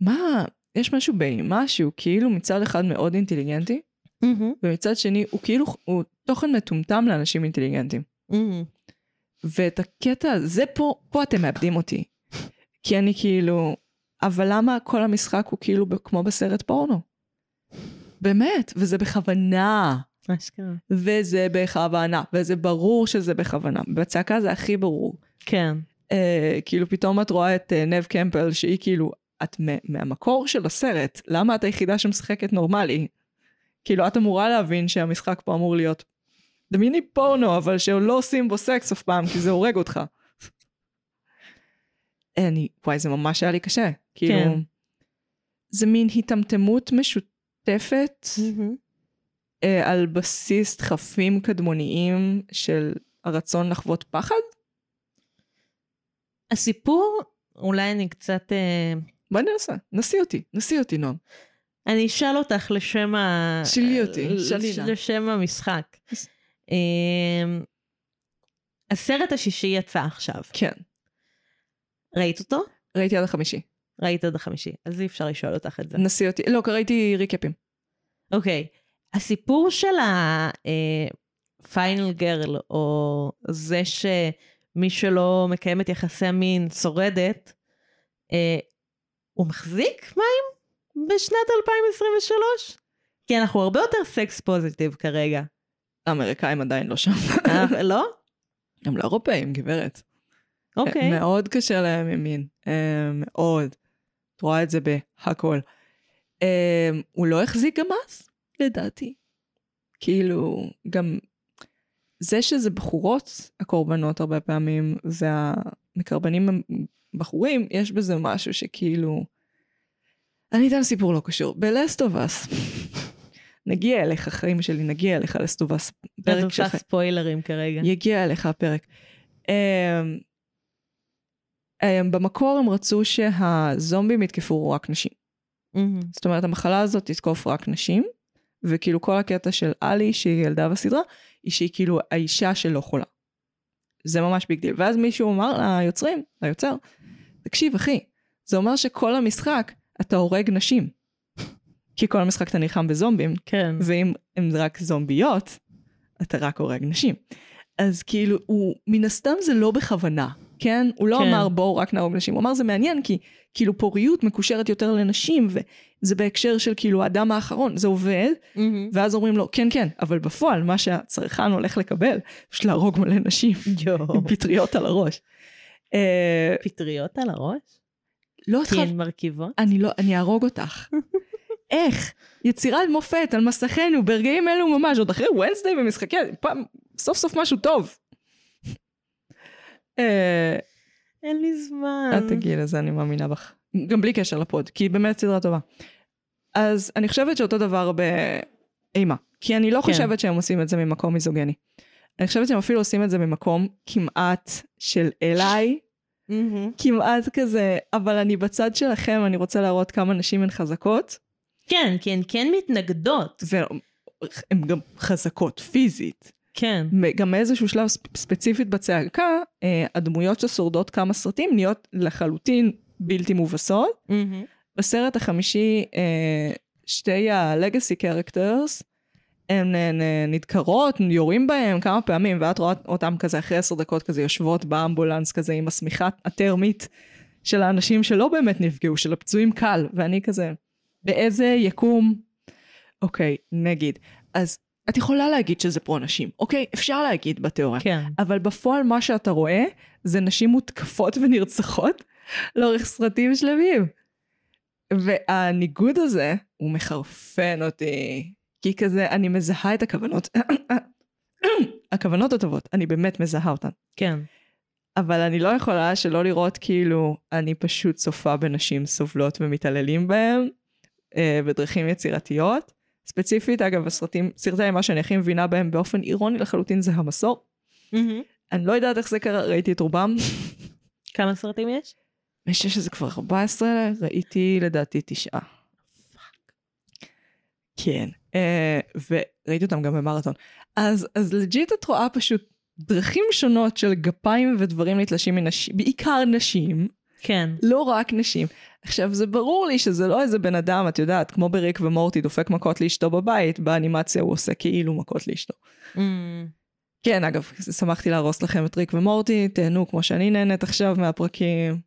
A: מה, יש משהו באימה שהוא כאילו מצד אחד מאוד אינטליגנטי, ומצד שני הוא כאילו, הוא תוכן מטומטם לאנשים אינטליגנטים.
B: מהמם.
A: ואת הקטע הזה פה, פה אתם מאבדים אותי. כי אני כאילו, אבל למה כל המשחק הוא כאילו ב- כמו בסרט פורנו? באמת, וזה בכוונה,
B: אשכרה.
A: וזה בכוונה, וזה ברור שזה בכוונה. בצעקה זה הכי ברור.
B: כן.
A: אה, כאילו פתאום את רואה את אה, נב קמפל שהיא כאילו, את מ- מהמקור של הסרט, למה את היחידה שמשחקת נורמלי? כאילו את אמורה להבין שהמשחק פה אמור להיות דמייני פורנו אבל שלא עושים בו סקס אף פעם כי זה הורג אותך. אני, וואי זה ממש היה לי קשה, כאילו,
B: כן.
A: זה מין היטמטמות משותפת אה, על בסיס דחפים קדמוניים של הרצון לחוות פחד?
B: הסיפור, אולי אני קצת... אה,
A: בואי ננסה, נשיא אותי, נשיא אותי נועם.
B: אני אשאל אותך לשם ה...
A: שאלי אותי, אוקיי.
B: ל-
A: שאלי נא.
B: לשם המשחק.
A: אז-
B: אמ, הסרט השישי יצא עכשיו.
A: כן.
B: ראית אותו?
A: ראיתי עד החמישי.
B: ראית עד החמישי, אז אי אפשר לשאול אותך את זה.
A: נשיא אותי. לא, ראיתי ריקאפים.
B: אוקיי. הסיפור של ה-final girl, או זה שמי שלא מקיימת יחסי מין שורדת, אה, הוא מחזיק מים בשנת 2023? כי אנחנו הרבה יותר סקס פוזיטיב כרגע.
A: האמריקאים עדיין לא שם.
B: אה, לא?
A: הם לא אירופאים, גברת.
B: אוקיי.
A: אה, מאוד קשה להם עם מין. אה, מאוד. את רואה את זה בהכל. אה, הוא לא החזיק גם אז, לדעתי. כאילו, גם... זה שזה בחורות, הקורבנות הרבה פעמים, והמקרבנים הם בחורים, יש בזה משהו שכאילו... אני אתן סיפור לא קשור. בלסטובס, נגיע אליך, חיים שלי, נגיע אליך לסטובס,
B: אני
A: פרק שלך.
B: עושה ספוילרים כרגע.
A: יגיע אליך הפרק. Um, um, במקור הם רצו שהזומבים יתקפו רק נשים.
B: מהמם.
A: זאת אומרת, המחלה הזאת תתקוף רק נשים, וכאילו כל הקטע של עלי, שהיא ילדה בסדרה, היא שהיא כאילו האישה שלא חולה. זה ממש ביג דיל. ואז מישהו אמר ליוצרים, ליוצר, תקשיב אחי, זה אומר שכל המשחק אתה הורג נשים. כי כל המשחק אתה נלחם בזומבים,
B: כן.
A: ואם הם רק זומביות, אתה רק הורג נשים. אז כאילו, הוא, מן הסתם זה לא בכוונה, כן? הוא לא
B: כן.
A: כן. אמר בואו רק נהרוג נשים, הוא אמר זה מעניין כי כאילו פוריות מקושרת יותר לנשים, וזה בהקשר של כאילו האדם האחרון, זה עובד, ואז אומרים לו, כן, כן, אבל בפועל מה שהצרכן הולך לקבל, פשוט להרוג מלא נשים
B: יואו.
A: עם פטריות על הראש. אה,
B: פטריות על הראש?
A: לא
B: כי
A: התחלתי,
B: הן מרכיבות?
A: אני לא, אני אהרוג אותך. איך? יצירת מופת על מסכנו ברגעים אלו ממש, עוד אחרי וונסדיי במשחקי, פעם, סוף סוף משהו טוב. אה,
B: אין לי זמן.
A: את תגיעי לזה, אני מאמינה בך. גם בלי קשר לפוד, כי היא באמת סדרה טובה. אז אני חושבת שאותו דבר באימה. כי אני לא
B: כן.
A: חושבת שהם עושים את זה ממקום מיזוגני. אני חושבת שהם אפילו עושים את זה ממקום כמעט של אליי,
B: מהמם.
A: כמעט כזה, אבל אני בצד שלכם, אני רוצה להראות כמה נשים הן חזקות,
B: כן, כי הן כן מתנגדות.
A: והן גם חזקות פיזית.
B: כן.
A: מ- גם מאיזשהו שלב ספ- ספציפית בצעקה, אה, הדמויות ששורדות כמה סרטים נהיות לחלוטין בלתי מובסות.
B: מהמם.
A: בסרט החמישי אה, שתי ה-legacy characters הן אה, נ- נדקרות, יורים בהם כמה פעמים, ואת רואה אותם כזה אחרי עשר דקות כזה יושבות באמבולנס כזה עם השמיכה הטרמית של האנשים שלא באמת נפגעו, של הפצועים קל, ואני כזה, באיזה יקום? אוקיי, נגיד. אז את יכולה להגיד שזה פרו נשים, אוקיי? אפשר להגיד בתיאוריה.
B: כן.
A: אבל בפועל מה שאתה רואה זה נשים מותקפות ונרצחות לאורך סרטים שלמים. והניגוד הזה, הוא מחרפן אותי. כי כזה, אני מזהה את הכוונות. הכוונות הטובות, אני באמת מזהה אותן.
B: כן.
A: אבל אני לא יכולה שלא לראות כאילו, אני פשוט צופה בנשים סובלות ומתעללים בהן אה, בדרכים יצירתיות. ספציפית, אגב, הסרטים, סרטי אימה שאני הכי מבינה בהם באופן אירוני לחלוטין זה המסור.
B: מהמם.
A: אני לא יודעת איך זה קרה, ראיתי את רובם.
B: כמה סרטים יש?
A: אני חושבת שזה כבר 14, ראיתי לדעתי תשעה. כן, אה, וראיתי אותם גם במרתון. אז, אז לג'יט את רואה פשוט דרכים שונות של גפיים ודברים נתלשים מנשים, בעיקר נשים,
B: כן.
A: לא רק נשים. עכשיו, זה ברור לי שזה לא איזה בן אדם, את יודעת, כמו בריק ומורטי דופק מכות לאשתו בבית, באנימציה הוא עושה כאילו מכות לאשתו.
B: מהמם.
A: כן, אגב, שמחתי להרוס לכם את ריק ומורטי, תהנו כמו שאני נהנית עכשיו מהפרקים.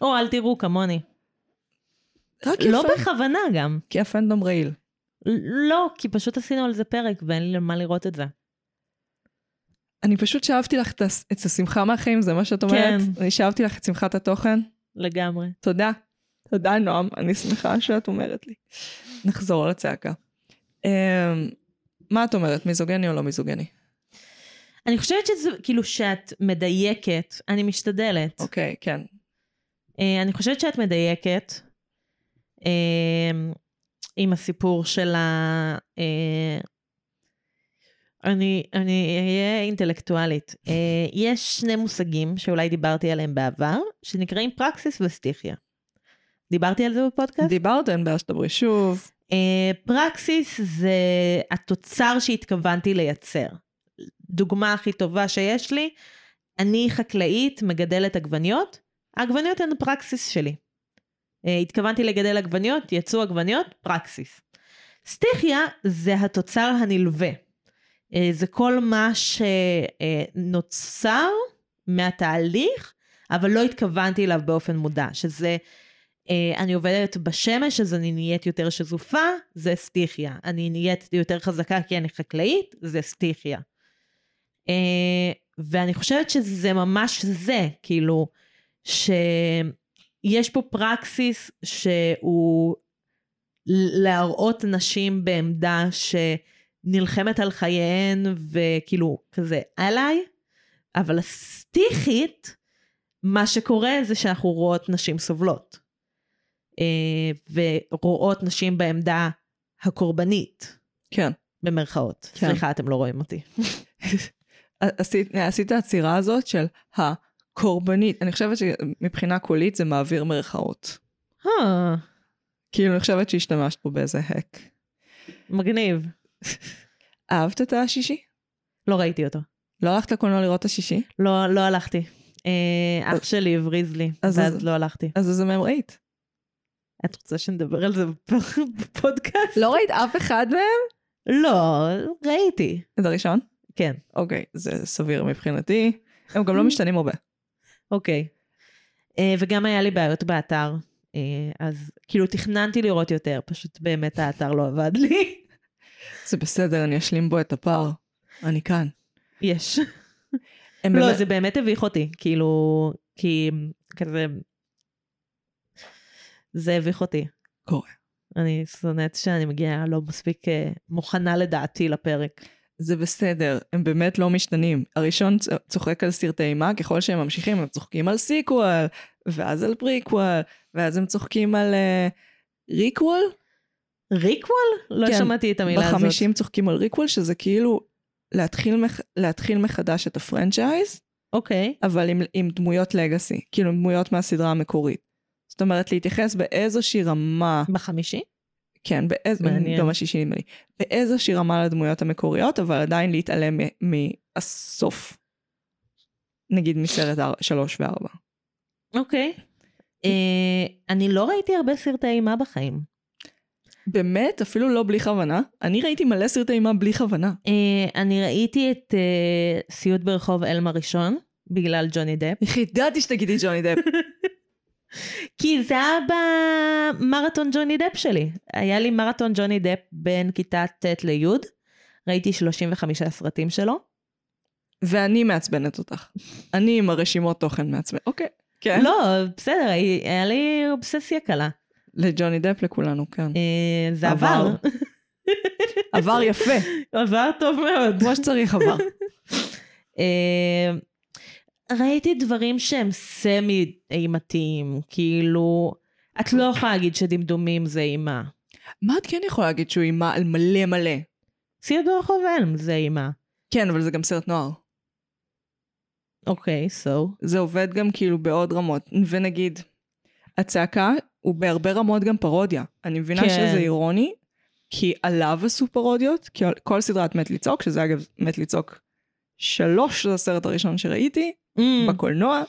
B: או אל תראו כמוני.
A: רק
B: לא
A: יפה.
B: בכוונה גם.
A: כי הפנדום רעיל.
B: לא, כי פשוט עשינו על זה פרק ואין לי למה לראות את זה.
A: אני פשוט שאבתי לך את הס- את השמחה מהחיים, זה מה שאת אומרת?
B: כן.
A: אני שאבתי לך את שמחת התוכן.
B: לגמרי.
A: תודה. תודה, נועם. אני שמחה שאת אומרת לי. נחזור לצעקה. אמ, מה את אומרת, מיזוגני או לא מיזוגני?
B: אני חושבת שזה, כאילו, שאת מדייקת, אני משתדלת.
A: אוקיי, כן.
B: אה, אני חושבת שאת מדייקת אה, עם הסיפור של ה... אה, אני, אני אהיה אינטלקטואלית. אה, יש שני מושגים שאולי דיברתי עליהם בעבר, שנקראים פרקסיס וסטיחיה. דיברתי על זה בפודקאסט?
A: דיברת, אין בעיה שתדברי שוב.
B: אה, פרקסיס זה התוצר שהתכוונתי לייצר. דוגמה הכי טובה שיש לי, אני חקלאית, מגדלת עגבניות, העגבניות הן הפרקסיס שלי. אה, התכוונתי לגדל עגבניות, יצאו עגבניות, פרקסיס. סטיחיה זה התוצר הנלווה. אה, זה כל מה שנוצר מהתהליך, אבל לא התכוונתי אליו באופן מודע, שזה אה, אני עובדת בשמש, אז אני נהיית יותר שזופה, זה סטיחיה. אני נהיית יותר חזקה כי אני חקלאית, זה סטיחיה. אה, ואני חושבת שזה ממש זה, כאילו, שיש פה פרקסיס שהוא להראות נשים בעמדה שנלחמת על חייהן וכאילו כזה עליי, אבל הסטיחית, מה שקורה זה שאנחנו רואות נשים סובלות. אה, ורואות נשים בעמדה הקורבנית,
A: כן.
B: במרכאות.
A: כן.
B: סליחה, אתם לא רואים אותי.
A: עשית- עשית העצירה הזאת של הקורבנית. אני חושבת שמבחינה קולית זה מעביר מירכאות.
B: אה,
A: כאילו, אני חושבת שהשתמשת פה באיזה האק.
B: מגניב.
A: אהבת את השישי?
B: לא ראיתי אותו.
A: לא הלכת לקולנוע לראות את השישי?
B: לא, לא הלכתי. אה, אח שלי הבריז לי,
A: אז-
B: ואז לא הלכתי.
A: אז איזה מהם ראית?
B: את רוצה שנדבר על זה בפ- בפודקאסט?
A: לא ראית אף אחד מהם?
B: לא, ראיתי.
A: את הראשון?
B: כן,
A: אוקיי, זה סביר מבחינתי. הם גם לא משתנים הרבה.
B: אוקיי. אה, וגם היה לי בעיות באתר, אה, אז כאילו תכננתי לראות יותר, פשוט באמת האתר לא עבד לי.
A: זה בסדר, אני אשלים בו את הפער. אני כאן.
B: יש.
A: הם
B: לא,
A: באמת-
B: זה באמת הביך אותי, כאילו, כי כזה... זה הביך אותי.
A: קורה.
B: אני שונאת שאני מגיעה לא מספיק אה, מוכנה לדעתי לפרק.
A: זה בסדר, הם באמת לא משתנים. הראשון צ- צוחק על סרטי אימה, ככל שהם ממשיכים, הם צוחקים על סיקוול, ואז על פריקוול, ואז הם צוחקים על אה, ריקוול.
B: ריקוול? לא
A: כן,
B: שמעתי את המילה הזאת.
A: בחמישים צוחקים על ריקוול, שזה כאילו להתחיל, מח... להתחיל מחדש את הפרנצ'ייז,
B: אוקיי.
A: אבל עם, עם דמויות לגאסי, כאילו עם דמויות מהסדרה המקורית. זאת אומרת, להתייחס באיזושהי רמה,
B: בחמישי?
A: כן, באיז...
B: מעניין.
A: גם השישי נדמה לי, באיזושהי רמה לדמויות המקוריות, אבל עדיין להתעלם מ- מהסוף. נגיד מסרט אר- שלוש וארבע.
B: אוקיי. אה, אני לא ראיתי הרבה סרטי אימה בחיים.
A: באמת, אפילו לא בלי כוונה. אני ראיתי מלא סרטי אימה בלי כוונה.
B: אה, אני ראיתי את אה, סיוט ברחוב אלמה ראשון, בגלל ג'וני דפ.
A: איך ידעתי שתגידי ג'וני דפ.
B: כי זה היה במרתון ג'וני דפ שלי. היה לי מרתון ג'וני דפ בין כיתה ט' לי', ראיתי 35 סרטים שלו.
A: ואני מעצבנת אותך. אני עם הרשימות תוכן מעצבנת. אוקיי. כן.
B: לא, בסדר, היה לי אובססיה קלה.
A: לג'וני דפ לכולנו, כן.
B: אה, זה
A: עבר.
B: עבר.
A: עבר יפה.
B: עבר טוב מאוד.
A: כמו שצריך עבר.
B: אה, ראיתי דברים שהם סמי אימתיים, כאילו, את לא יכולה להגיד שדמדומים זה אימה.
A: מה את כן יכולה להגיד שהוא אימה על מלא מלא?
B: סיוט ברחוב אלם זה אימה.
A: כן, אבל זה גם סרט נוער.
B: אוקיי, סו.
A: זה עובד גם כאילו בעוד רמות. ונגיד, הצעקה הוא בהרבה רמות גם פרודיה. אני מבינה
B: כן.
A: כן. שזה אירוני, כי עליו עשו פרודיות, כי כל סדרת מת לצעוק, שזה אגב מת לצעוק שלוש, זה הסרט הראשון שראיתי,
B: mm.
A: בקולנוע,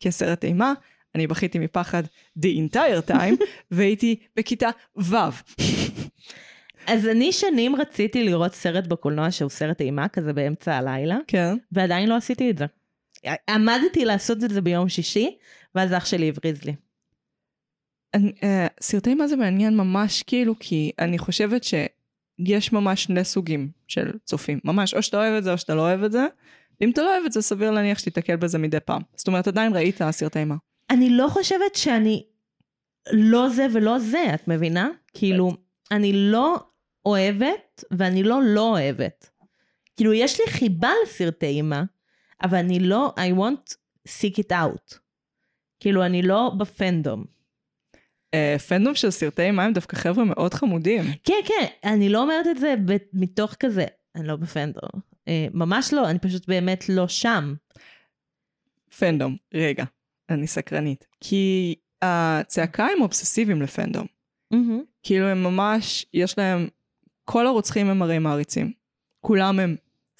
A: כסרט אימה. אני בכיתי מפחד the entire time, והייתי בכיתה ו'.
B: אז אני שנים רציתי לראות סרט בקולנוע שהוא סרט אימה, כזה באמצע הלילה,
A: כן.
B: ועדיין לא עשיתי את זה. עמדתי לעשות את זה ביום שישי, ואז אח שלי הבריז לי.
A: אני, אה, סרטי מה זה מעניין ממש כאילו, כי אני חושבת שיש ממש שני סוגים של צופים. ממש, או שאתה אוהב את זה או שאתה לא אוהב את זה. אם אתה לא אוהב את זה, סביר להניח שתיתקל בזה מדי פעם. זאת אומרת, עדיין ראית סרטי מה.
B: אני לא חושבת שאני לא זה ולא זה, את מבינה? כאילו, אני לא אוהבת ואני לא לא אוהבת. כאילו, יש לי חיבה לסרטי אימה, אבל אני לא, I want seek it out. כאילו, אני לא בפנדום.
A: אה, פנדום של סרטי מה הם דווקא חבר'ה מאוד חמודים.
B: כן, כן, אני לא אומרת את זה ב- מתוך כזה, אני לא בפנדום. אה, ממש לא, אני פשוט באמת לא שם.
A: פנדום, רגע, אני סקרנית. כי הצעקה הם אובססיביים לפנדום. כאילו הם ממש, יש להם, כל הרוצחים הם הרי מעריצים. כולם הם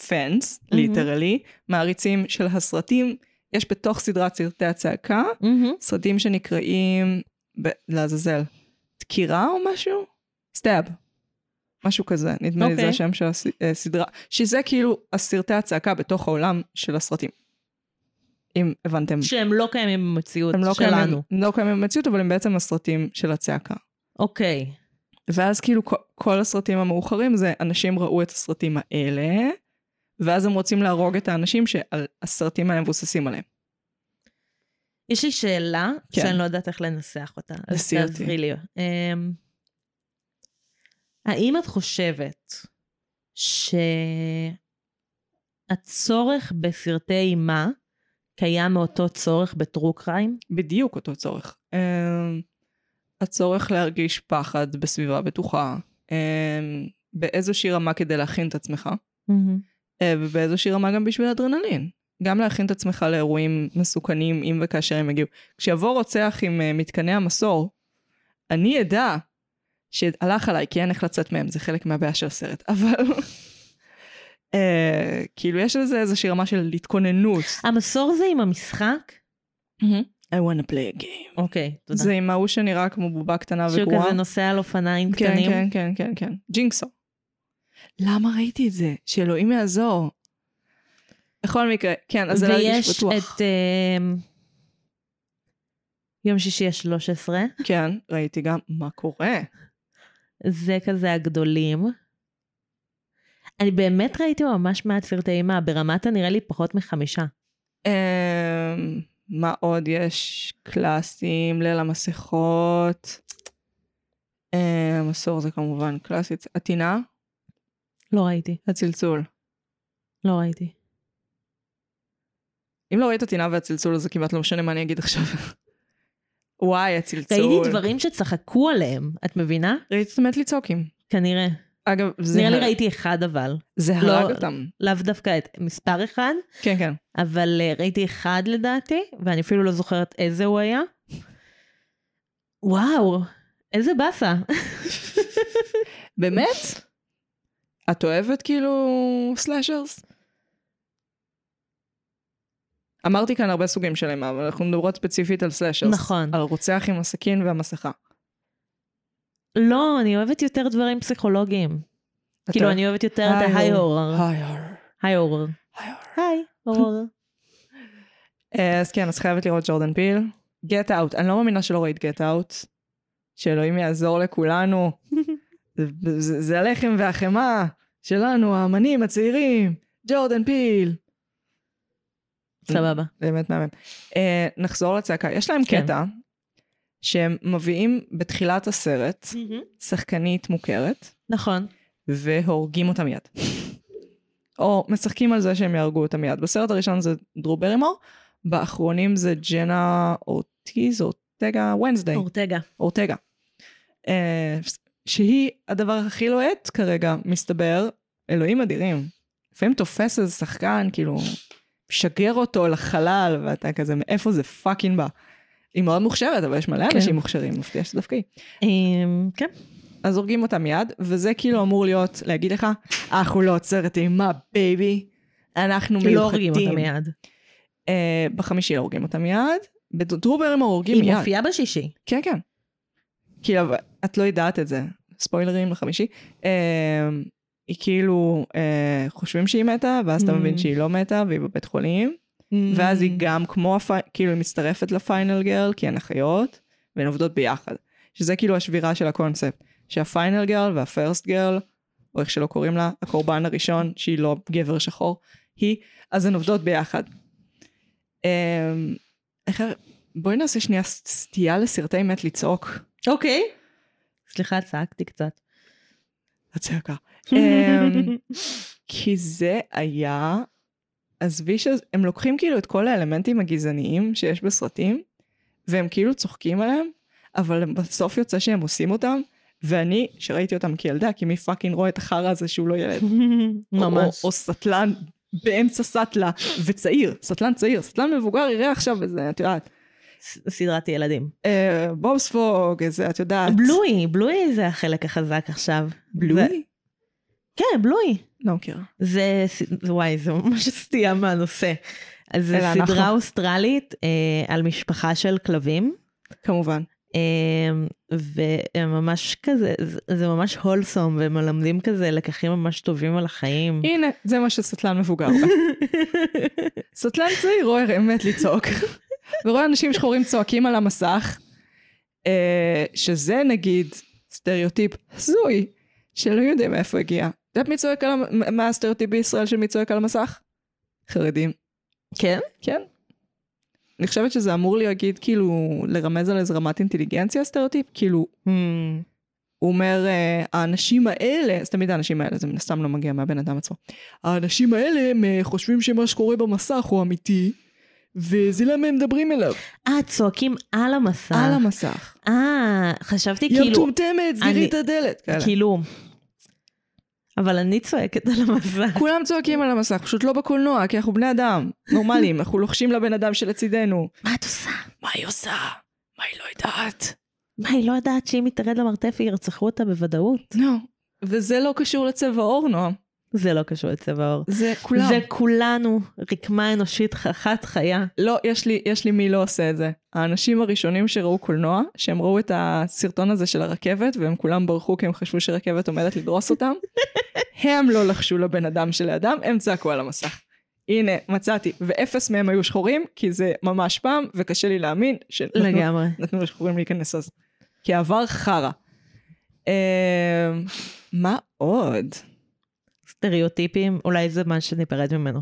A: פאנס,
B: Mm-hmm.
A: ליטרלי, מעריצים של הסרטים. יש בתוך סדרת סרטי הצעקה,
B: Mm-hmm.
A: סרטים שנקראים, ב- לעזאזל, דקירה או משהו? סטאב. משהו כזה, נדמה לי זה
B: אוקיי.
A: השם של הס- אה, הסדרה, שזה כאילו הסרטי הצעקה בתוך העולם של הסרטים. אם הבנתם.
B: שהם לא קיימים במציאות
A: הם לא קיימים,
B: שלנו.
A: הם לא קיימים במציאות, אבל הם בעצם הסרטים של הצעקה.
B: אוקיי.
A: ואז כאילו כל, כל הסרטים המאוחרים זה אנשים ראו את הסרטים האלה, ואז הם רוצים להרוג את האנשים שהסרטים האלה מבוססים עליהם.
B: יש לי שאלה
A: כן.
B: שאני לא יודעת איך לנסח אותה. אז
A: נסי אותי.
B: תעזרי לי. אמ, האם את חושבת שהצורך בסרטי אימה קיים מאותו צורך בטרו קריים?
A: בדיוק אותו צורך. אמ, הצורך להרגיש פחד בסביבה בטוחה, אמ, באיזושהי רמה כדי להכין את עצמך, אה, ובאיזושהי רמה גם בשביל אדרנלין. גם להכין את עצמך לאירועים מסוכנים אם וכאשר הם יגיעו. כשיבוא רוצח עם אה, מתקני המסור, אני אדע שהלך עליי, כי אין איך לצאת מהם, זה חלק מהבעיה של הסרט. אבל... אה, כאילו, יש לזה איזושהי רמה של התכוננות.
B: המסור זה עם המשחק?
A: I want to play a game.
B: אוקיי, תודה.
A: זה עם ההוא שנראה כמו בובה קטנה וגרועה.
B: שהוא כזה נוסע על אופניים
A: כן,
B: קטנים?
A: כן, כן, כן, כן. ג'ינקסו. למה ראיתי את זה? שאלוהים יעזור. בכל מקרה, כן, אז זה להרגיש
B: ויש
A: בטוח.
B: את אמ, יום שישי ה-13,
A: כן, ראיתי גם מה קורה.
B: זה כזה הגדולים. אני באמת ראיתי ממש מעט סרטי אימה, ברמת הנראה לי פחות מחמישה.
A: אמ, מה עוד יש? קלאסיים, ליל המסכות. אמ, מסור זה כמובן קלאסית. עטינה?
B: לא ראיתי,
A: הצלצול.
B: לא ראיתי.
A: אם לא ראית עטינה והצלצול, אז זה כמעט לא משנה מה אני אגיד עכשיו. וואי, הצלצול.
B: ראיתי דברים שצחקו עליהם, את מבינה?
A: ראיתי את מת לצעוקים.
B: כנראה.
A: אגב, זה,
B: נראה לי
A: הר-
B: ראיתי אחד אבל.
A: זה
B: לא-
A: הרג אותם.
B: לאו דווקא את מספר אחד,
A: כן, כן.
B: אבל אה, ראיתי אחד לדעתי, ואני אפילו לא זוכרת איזה הוא היה. וואו, איזה באסה.
A: באמת? את אוהבת כאילו סלאשרס? אמרתי כאן הרבה סוגים של אימה, אבל אנחנו מדברות ספציפית על סלאשרס.
B: נכון.
A: על רוצח עם הסכין והמסכה.
B: לא, אני אוהבת יותר דברים פסיכולוגיים. כאילו, אני אוהבת יותר את ההיי הורר.
A: היי הורר.
B: היי הורר.
A: היי הורר.
B: היי הורר.
A: אה, אז כן, אז חייבת לראות ג'ורדן פיל. גט אאוט. אני לא מאמינה שלא ראית גט אאוט. שאלוהים יעזור לכולנו. זה- זה זה הלחם והחמאה שלנו, האמנים הצעירים. ג'ורדן פיל.
B: סבבה.
A: באמת מהמם. Uh, נחזור לצעקה. יש להם
B: כן.
A: קטע שהם מביאים בתחילת הסרט שחקנית מוכרת
B: נכון.
A: אוקיי. והורגים אותה מיד. או משחקים על זה שהם יהרגו אותה מיד. בסרט הראשון זה דרו ברימור, באחרונים זה ג'נה אורטיז, אורטגה, ונסדיי,
B: אורטגה.
A: אורטגה. אה, שהיא הדבר הכי לוהט כרגע, מסתבר, אלוהים אדירים. לפעמים תופס איזה שחקן, כאילו, משגר אותו לחלל, ואתה כזה, מאיפה זה פאקינג בא? היא מאוד מוכשרת, אבל יש מלא
B: כן.
A: אנשים מוכשרים, מפתיע שדווקא היא.
B: אמ, כן.
A: אז הורגים אותם מיד, וזה כאילו אמור להיות, להגיד לך, אנחנו לא עוצרת אימה, בייבי, אנחנו מיוחדים.
B: לא הורגים אותה מיד.
A: אה, בחמישי לא הורגים אותה מיד, בדרוברים הורגים מיד.
B: היא מופיעה בשישי.
A: כן, כן. כאילו, אבל את לא יודעת את זה. ספוילרים לחמישי. אה, היא כאילו, אה, חושבים שהיא מתה, ואז אתה
B: Mm.
A: מבין שהיא לא מתה, והיא בבית חולים. ואז
B: אמ,
A: היא גם כמו, הפי- כאילו, היא מצטרפת לפיינל גרל, כי הן אחיות, והן עובדות ביחד. שזה כאילו השבירה של הקונספט. שהפיינל גרל והפרסט גרל, או איך שלא קוראים לה, הקורבן הראשון, שהיא לא גבר שחור, היא, אז הן עובדות ביחד. אמ, איך... בואי נעשה שנייה ס- סטייה לסרטי מת לצעוק.
B: אוקיי. סליחה, צעקתי קצת.
A: הצעקה. אמ, כי זה היה... עזבי שהם לוקחים כאילו את כל האלמנטים הגזעניים שיש בסרטים, והם כאילו צוחקים עליהם, אבל הם- בסוף יוצא שהם עושים אותם, ואני, שראיתי אותם כילדה, כי מי פאקינג רואה את החרא הזה שהוא לא ילד.
B: ממש.
A: או, או סטלן באמצע סטלה, וצעיר, סטלן צעיר, סטלן מבוגר יראה עכשיו איזה, את יודעת,
B: ס- סדרת ילדים.
A: אה, בובספוג, איזה, את יודעת.
B: בלוי, בלוי זה החלק החזק עכשיו. זה-
A: בלוי?
B: כן, בלוי.
A: לא מכירה.
B: זה, ס- וואי, זה ממש סטייה מהנושא. אז זו
A: אלא
B: סדרה
A: אנחנו.
B: אוסטרלית אה, על משפחה של כלבים,
A: כמובן.
B: אה, והם ממש כזה, זה- זה ממש הולסום, והם מלמדים כזה לקחים ממש טובים על החיים.
A: הנה, זה מה שסטלן מבוגר רואה. סטלן צעיר רואה אמת לצעוק. ורואה אנשים שחורים צועקים על המסך, אה, שזה נגיד סטריאוטיפ הזוי, שלא יודעים מאיפה הגיע. את יודעת מי צועק על, המ- מה הסטריאוטיפ בישראל של מי צועק על המסך? חרדים.
B: כן?
A: כן. אני חושבת שזה אמור להגיד, כאילו, לרמז על איזה רמת אינטליגנציה סטריאוטיפ, כאילו,
B: Hmm,
A: הוא אומר, אה, האנשים האלה, אז תמיד האנשים האלה, זה מן הסתם לא מגיע מהבן אדם עצמו. האנשים האלה, הם אה, חושבים שמה שקורה במסך הוא אמיתי, וזה למה הם מדברים אליו.
B: אה, צועקים על המסך.
A: על המסך.
B: אה, חשבתי
A: יא
B: כאילו,
A: מטומטמת, סגרי
B: אני-
A: את הדלת. כאלה.
B: כאילו. אבל אני צועקת על המסך.
A: כולם צועקים על המסך, פשוט לא בקולנוע, כי אנחנו בני אדם, נורמליים, אנחנו לוחשים לבן אדם שלצידנו.
B: מה את עושה?
A: מה היא עושה? מה היא לא יודעת?
B: מה, היא לא יודעת שאם היא תרד למרתף ירצחו אותה בוודאות?
A: לא. וזה לא קשור לצבע עור, נועם.
B: זה לא קשור לצבע העור.
A: זה כולם.
B: זה כולנו רקמה אנושית חכת חיה.
A: לא, יש לי, יש לי מי לא עושה את זה. האנשים הראשונים שראו קולנוע, שהם ראו את הסרטון הזה של הרכבת, והם כולם ברחו כי הם חשבו שרכבת עומדת לדרוס אותם, הם לא לחשו לבן אדם שלידם, הם צעקו על המסך. הנה, מצאתי. ואפס מהם היו שחורים, כי זה ממש פעם, וקשה לי להאמין שנתנו
B: לגמרי.
A: נתנו לשחורים להיכנס אז. כי העבר חרא. אמ, מה עוד?
B: סטריאוטיפים, אולי זה מה שניפרד ממנו.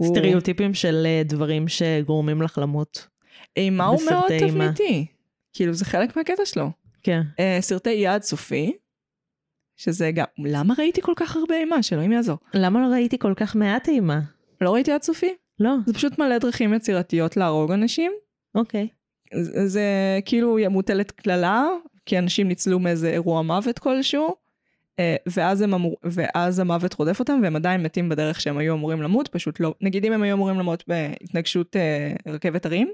A: או.
B: סטריאוטיפים של אה, דברים שגורמים לך למות.
A: אימה הוא מאוד
B: בסרטי אימה.
A: תבניתי. כאילו, זה חלק מהקטע שלו.
B: כן.
A: אה, סרטי יעד סופי, שזה גם... למה ראיתי כל כך הרבה אימה? שאלוהים יעזור.
B: למה לא ראיתי כל כך מעט אימה?
A: לא ראיתי יעד סופי?
B: לא.
A: זה פשוט מלא דרכים יצירתיות להרוג אנשים.
B: אוקיי.
A: זה- זה כאילו מוטלת קללה, כי אנשים ניצלו מאיזה אירוע מוות כלשהו, אה, ואז, הם אמור, ואז המוות רודף אותם, והם עדיין מתים בדרך שהם היו אמורים למות, פשוט לא... נגיד אם הם היו אמורים למות בהתנגשות אה, רכבת הרים,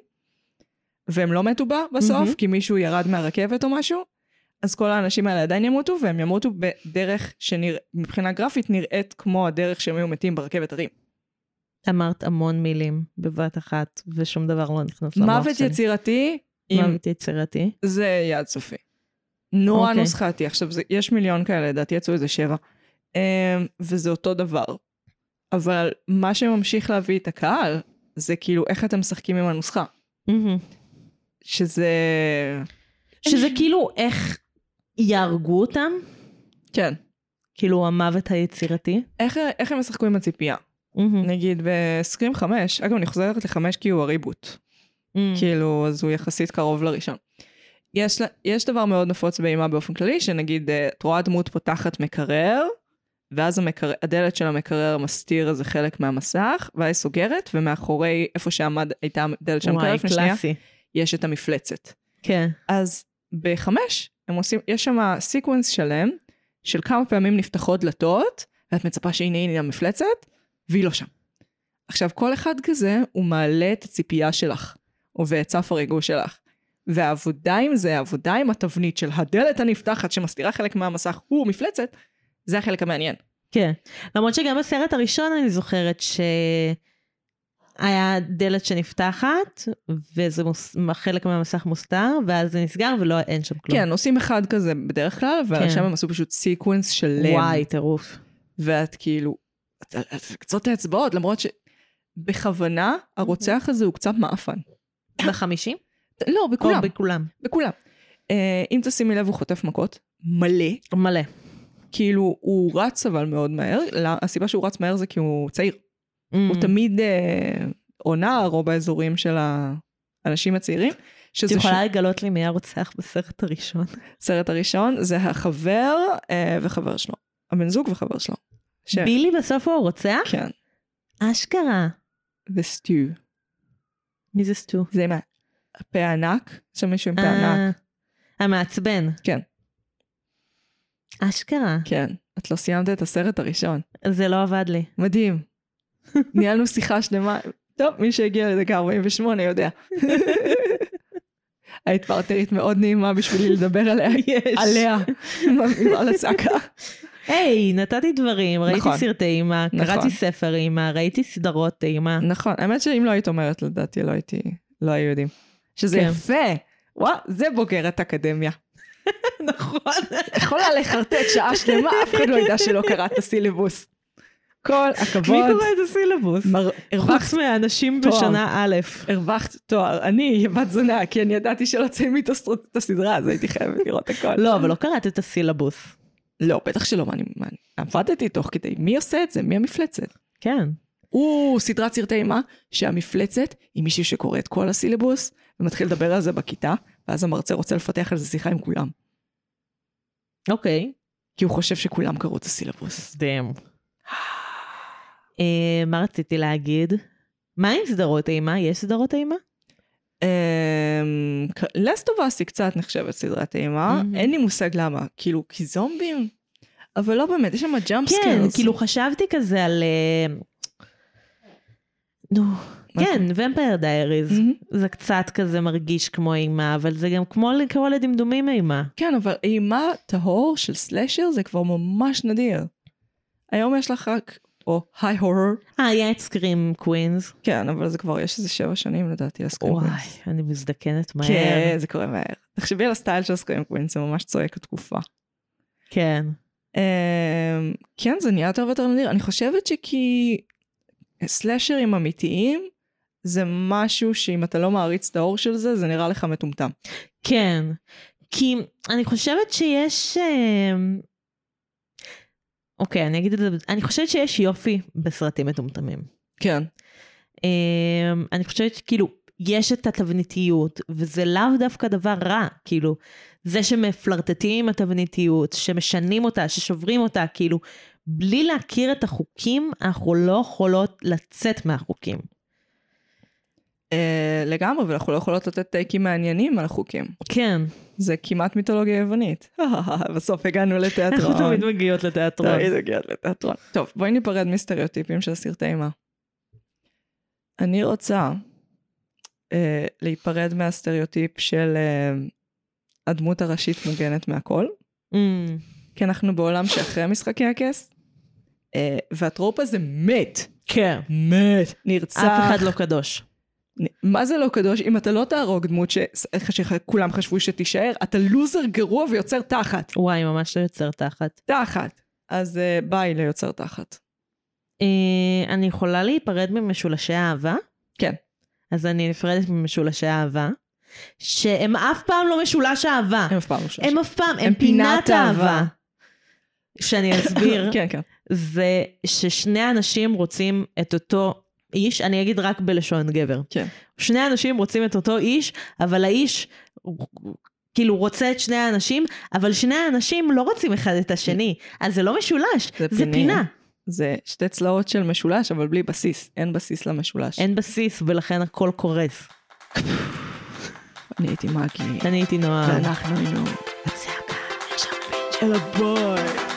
A: והם לא מתו בה בסוף,
B: מהמם.
A: mm-hmm. כי מישהו ירד מהרכבת או משהו, אז כל האנשים האלה עדיין ימותו, והם ימותו בדרך שמבחינה גרפית נראית כמו הדרך שהם היו מתים ברכבת הרים.
B: אמרת המון מילים בבת אחת, ושום דבר לא נכנס למוח
A: מוות
B: שלי.
A: יצירתי, עם
B: מוות יצירתי.
A: זה יעד סופי. נורא okay.
B: אוקיי.
A: נוסחתי. עכשיו, זה, יש מיליון כאלה, לדעתי יצאו איזה שבע. Um, וזה אותו דבר. אבל מה שממשיך להביא את הקהל, זה כאילו איך אתם משחקים עם הנוסחה.
B: מהמם.
A: שזה...
B: שזה כאילו איך יהרגו אותם,
A: כן.
B: כאילו המוות היצירתי.
A: איך, איך הם ישחקו עם הציפייה?
B: מהמם.
A: נגיד בסקרים 5, אגב, אני חוזרת ל-5 כי הוא הריבוט.
B: מהמם.
A: כאילו, אז הוא יחסית קרוב לראשון. יש, לה- יש דבר מאוד נפוץ באימה באופן כללי, שנגיד, אה, את רואה דמות פותחת מקרר, ואז המקר... הדלת של המקרר מסתיר איזה חלק מהמסך, ואז היא סוגרת, ומאחורי איפה שעמד הייתה הדלת של המקרר
B: וואי,
A: לפני שנייה,
B: קלאסי.
A: יש את המפלצת.
B: כן.
A: אז בחמש, הם עושים, יש שם סיקוונס שלם, של כמה פעמים נפתחות דלתות, ואת מצפה שהנה הנה המפלצת, והיא לא שם. עכשיו, כל אחד כזה, הוא מעלה את הציפייה שלך, או ואת סף הריגוש שלך. והעבודה עם זה, העבודה עם התבנית של הדלת הנפתחת שמסתירה חלק מהמסך, הוא מפלצת, זה החלק המעניין.
B: כן. למרות שגם בסרט הראשון אני זוכרת שהיה דלת שנפתחת, וזה מוס... חלק מהמסך מוסתר, ואז זה נסגר ולא, אין שם כלום.
A: כן, עושים אחד כזה בדרך כלל, אבל
B: כן.
A: שם הם עשו פשוט סיקוונס שלם.
B: וואי, טירוף.
A: ואת כאילו, את את- את קצות האצבעות, למרות שבכוונה
B: אוקיי.
A: הרוצח הזה הוא קצת מאפן.
B: בחמישים?
A: לא, בכולם,
B: או בכולם.
A: בכולם. אה, אם תשימי לב, הוא חוטף מכות מלא.
B: מלא.
A: כאילו, הוא רץ אבל מאוד מהר. לה- הסיבה שהוא רץ מהר זה כי הוא צעיר. הוא
B: Mm.
A: תמיד אה, או נער או באזורים של האנשים הצעירים.
B: את
A: שזה
B: יכולה לגלות לי מי הרוצח בסרט הראשון?
A: הסרט הראשון, זה החבר אה, וחבר שלו. הבן זוג וחבר שלו. ש-
B: בילי בסוף הוא הרוצח?
A: כן.
B: אשכרה.
A: וסטיו.
B: מי זה סטו?
A: זה מה? פה ענק? יש שם מישהו עם פה ענק.
B: אה, המעצבן.
A: כן.
B: אשכרה.
A: כן, את לא סיימת את הסרט הראשון.
B: זה לא עבד לי.
A: מדהים. ניהלנו שיחה שלמה. טוב, מי שהגיע לדקה 48 יודע. היית פרטרית מאוד נעימה בשבילי לדבר עליה.
B: יש.
A: עליה. עם- על הצעקה.
B: היי, נתתי דברים, ראיתי
A: נכון.
B: סרטי אימה,
A: נכון.
B: קראתי ספר אימה, ראיתי סדרות אימה.
A: נכון, האמת שאם לא היית אומרת לדעתי לא הייתי, לא היו יודעים. שזה
B: כן.
A: יפה. וואה, זה בוגרת אקדמיה.
B: נכון.
A: יכולה לחרטט שעה שלמה, אף אחד לא ידע שלא קראת את הסילבוס. כל
B: מי
A: הכבוד.
B: קורא את הסילבוס?
A: מר- הרווחת
B: חוץ מהאנשים
A: תואר.
B: בשנה א'.
A: הרווחת תואר. אני בת זונה, כי אני ידעתי שלא ציימי את הסטר- את הסדרה, אז הייתי חייבת לראות הכל.
B: לא, אבל לא קראת את הסילבוס.
A: לא, בטח שלא, מה אני... מה אני- עבדתי תוך כדי. מי עושה את זה? מי המפלצת?
B: כן.
A: או, סדרת סרטי אימה, שהמפלצת היא מישהו שקורא את כל הסילבוס, ומתחיל לדבר על זה בכיתה, ואז המרצה רוצה לפתח על זה שיחה עם כולם.
B: אוקיי.
A: כי הוא חושב שכולם קראו את הסילבוס.
B: דאם. אה, מה רציתי להגיד? מה עם סדרות אימה? יש סדרות אימה?
A: אמ, ק- Last of Us היא קצת נחשבת סדרת אימה,
B: Mhm.
A: אין לי מושג למה, כאילו, כי זומבים? אבל לא באמת, יש שם ג'אמפ
B: כן, כאילו חשבתי כזה על... אה, נו,
A: מה
B: כן, ומפייר דייריז. זה קצת כזה מרגיש כמו אימה, אבל זה גם כמו לקרוא לדמדומים אימה.
A: כן, אבל אימה טהור של סלאשר זה כבר ממש נדיר. היום יש לך רק, או היי הורר,
B: אה, היה את סקרים קווינס.
A: כן, אבל זה כבר, יש איזה שבע שנים לדעתי לסקרים
B: וואי,
A: קווינס.
B: אני מזדקנת מהר.
A: כן, זה קורה מהר. תחשבי על הסטייל של הסקרים קווינס, זה ממש צועק התקופה.
B: כן.
A: אמ, כן, זה נהיה יותר ויותר נדיר. אני חושבת שכי סלאשרים אמיתיים זה משהו שאם אתה לא מעריץ את האור של זה, זה נראה לך מטומטם.
B: כן. כי אני חושבת שיש... אמ, אוקיי, אני אגיד את זה, אני חושבת שיש יופי בסרטים מטומטמים.
A: כן.
B: אמ, אני חושבת שכאילו, יש את התבניתיות, וזה לאו דווקא דבר רע, כאילו, זה שמפלרטטים עם התבניתיות, שמשנים אותה, ששוברים אותה, כאילו, בלי להכיר את החוקים, אנחנו לא יכולות לצאת מהחוקים.
A: אה, לגמרי, ואנחנו לא יכולות לתת טייקים מעניינים על החוקים.
B: כן.
A: זה כמעט מיתולוגיה יוונית. בסוף הגענו לתיאטרון.
B: אנחנו תמיד מגיעות לתיאטרון.
A: תמיד מגיעות לתיאטרון. טוב, בואי ניפרד מסטריאוטיפים של סרטי אימה. אני רוצה אה, להיפרד מהסטריאוטיפ של אה, הדמות הראשית מוגנת מהכל,
B: אמ,
A: כי אנחנו בעולם שאחרי משחקי הכס, אה, והטרופ הזה מת.
B: כן.
A: מת. נרצח.
B: אף אחד לא קדוש.
A: מה זה לא קדוש? אם אתה לא תהרוג דמות ש- שכולם חשבו שתישאר, אתה לוזר גרוע ויוצר תחת.
B: וואי, ממש לא יוצר תחת.
A: תחת. אז אה, ביי ליוצר תחת.
B: אה, אני יכולה להיפרד ממשולשי אהבה?
A: כן.
B: אז אני נפרדת ממשולשי אהבה, שהם אף פעם לא משולש אהבה.
A: הם אף פעם לא שם.
B: הם אף פעם, הם
A: הם
B: פינת
A: פינת אהבה.
B: אהבה. שאני אסביר,
A: כן, כן.
B: זה ששני אנשים רוצים את אותו איש, אני אגיד רק בלשון גבר.
A: כן.
B: שני אנשים רוצים את אותו איש, אבל האיש כאילו רוצה את שני האנשים, אבל שני האנשים לא רוצים אחד את השני, אז זה לא משולש,
A: כן. זה
B: זה
A: פיני.
B: פינה.
A: זה שתי צלעות של משולש, אבל בלי בסיס. אין בסיס למשולש.
B: אין בסיס ולכן הכל קורס.
A: אני הייתי מגי.
B: אני הייתי נוער.
A: ואנחנו היינו...
B: הצעקה.
A: אלא בואי.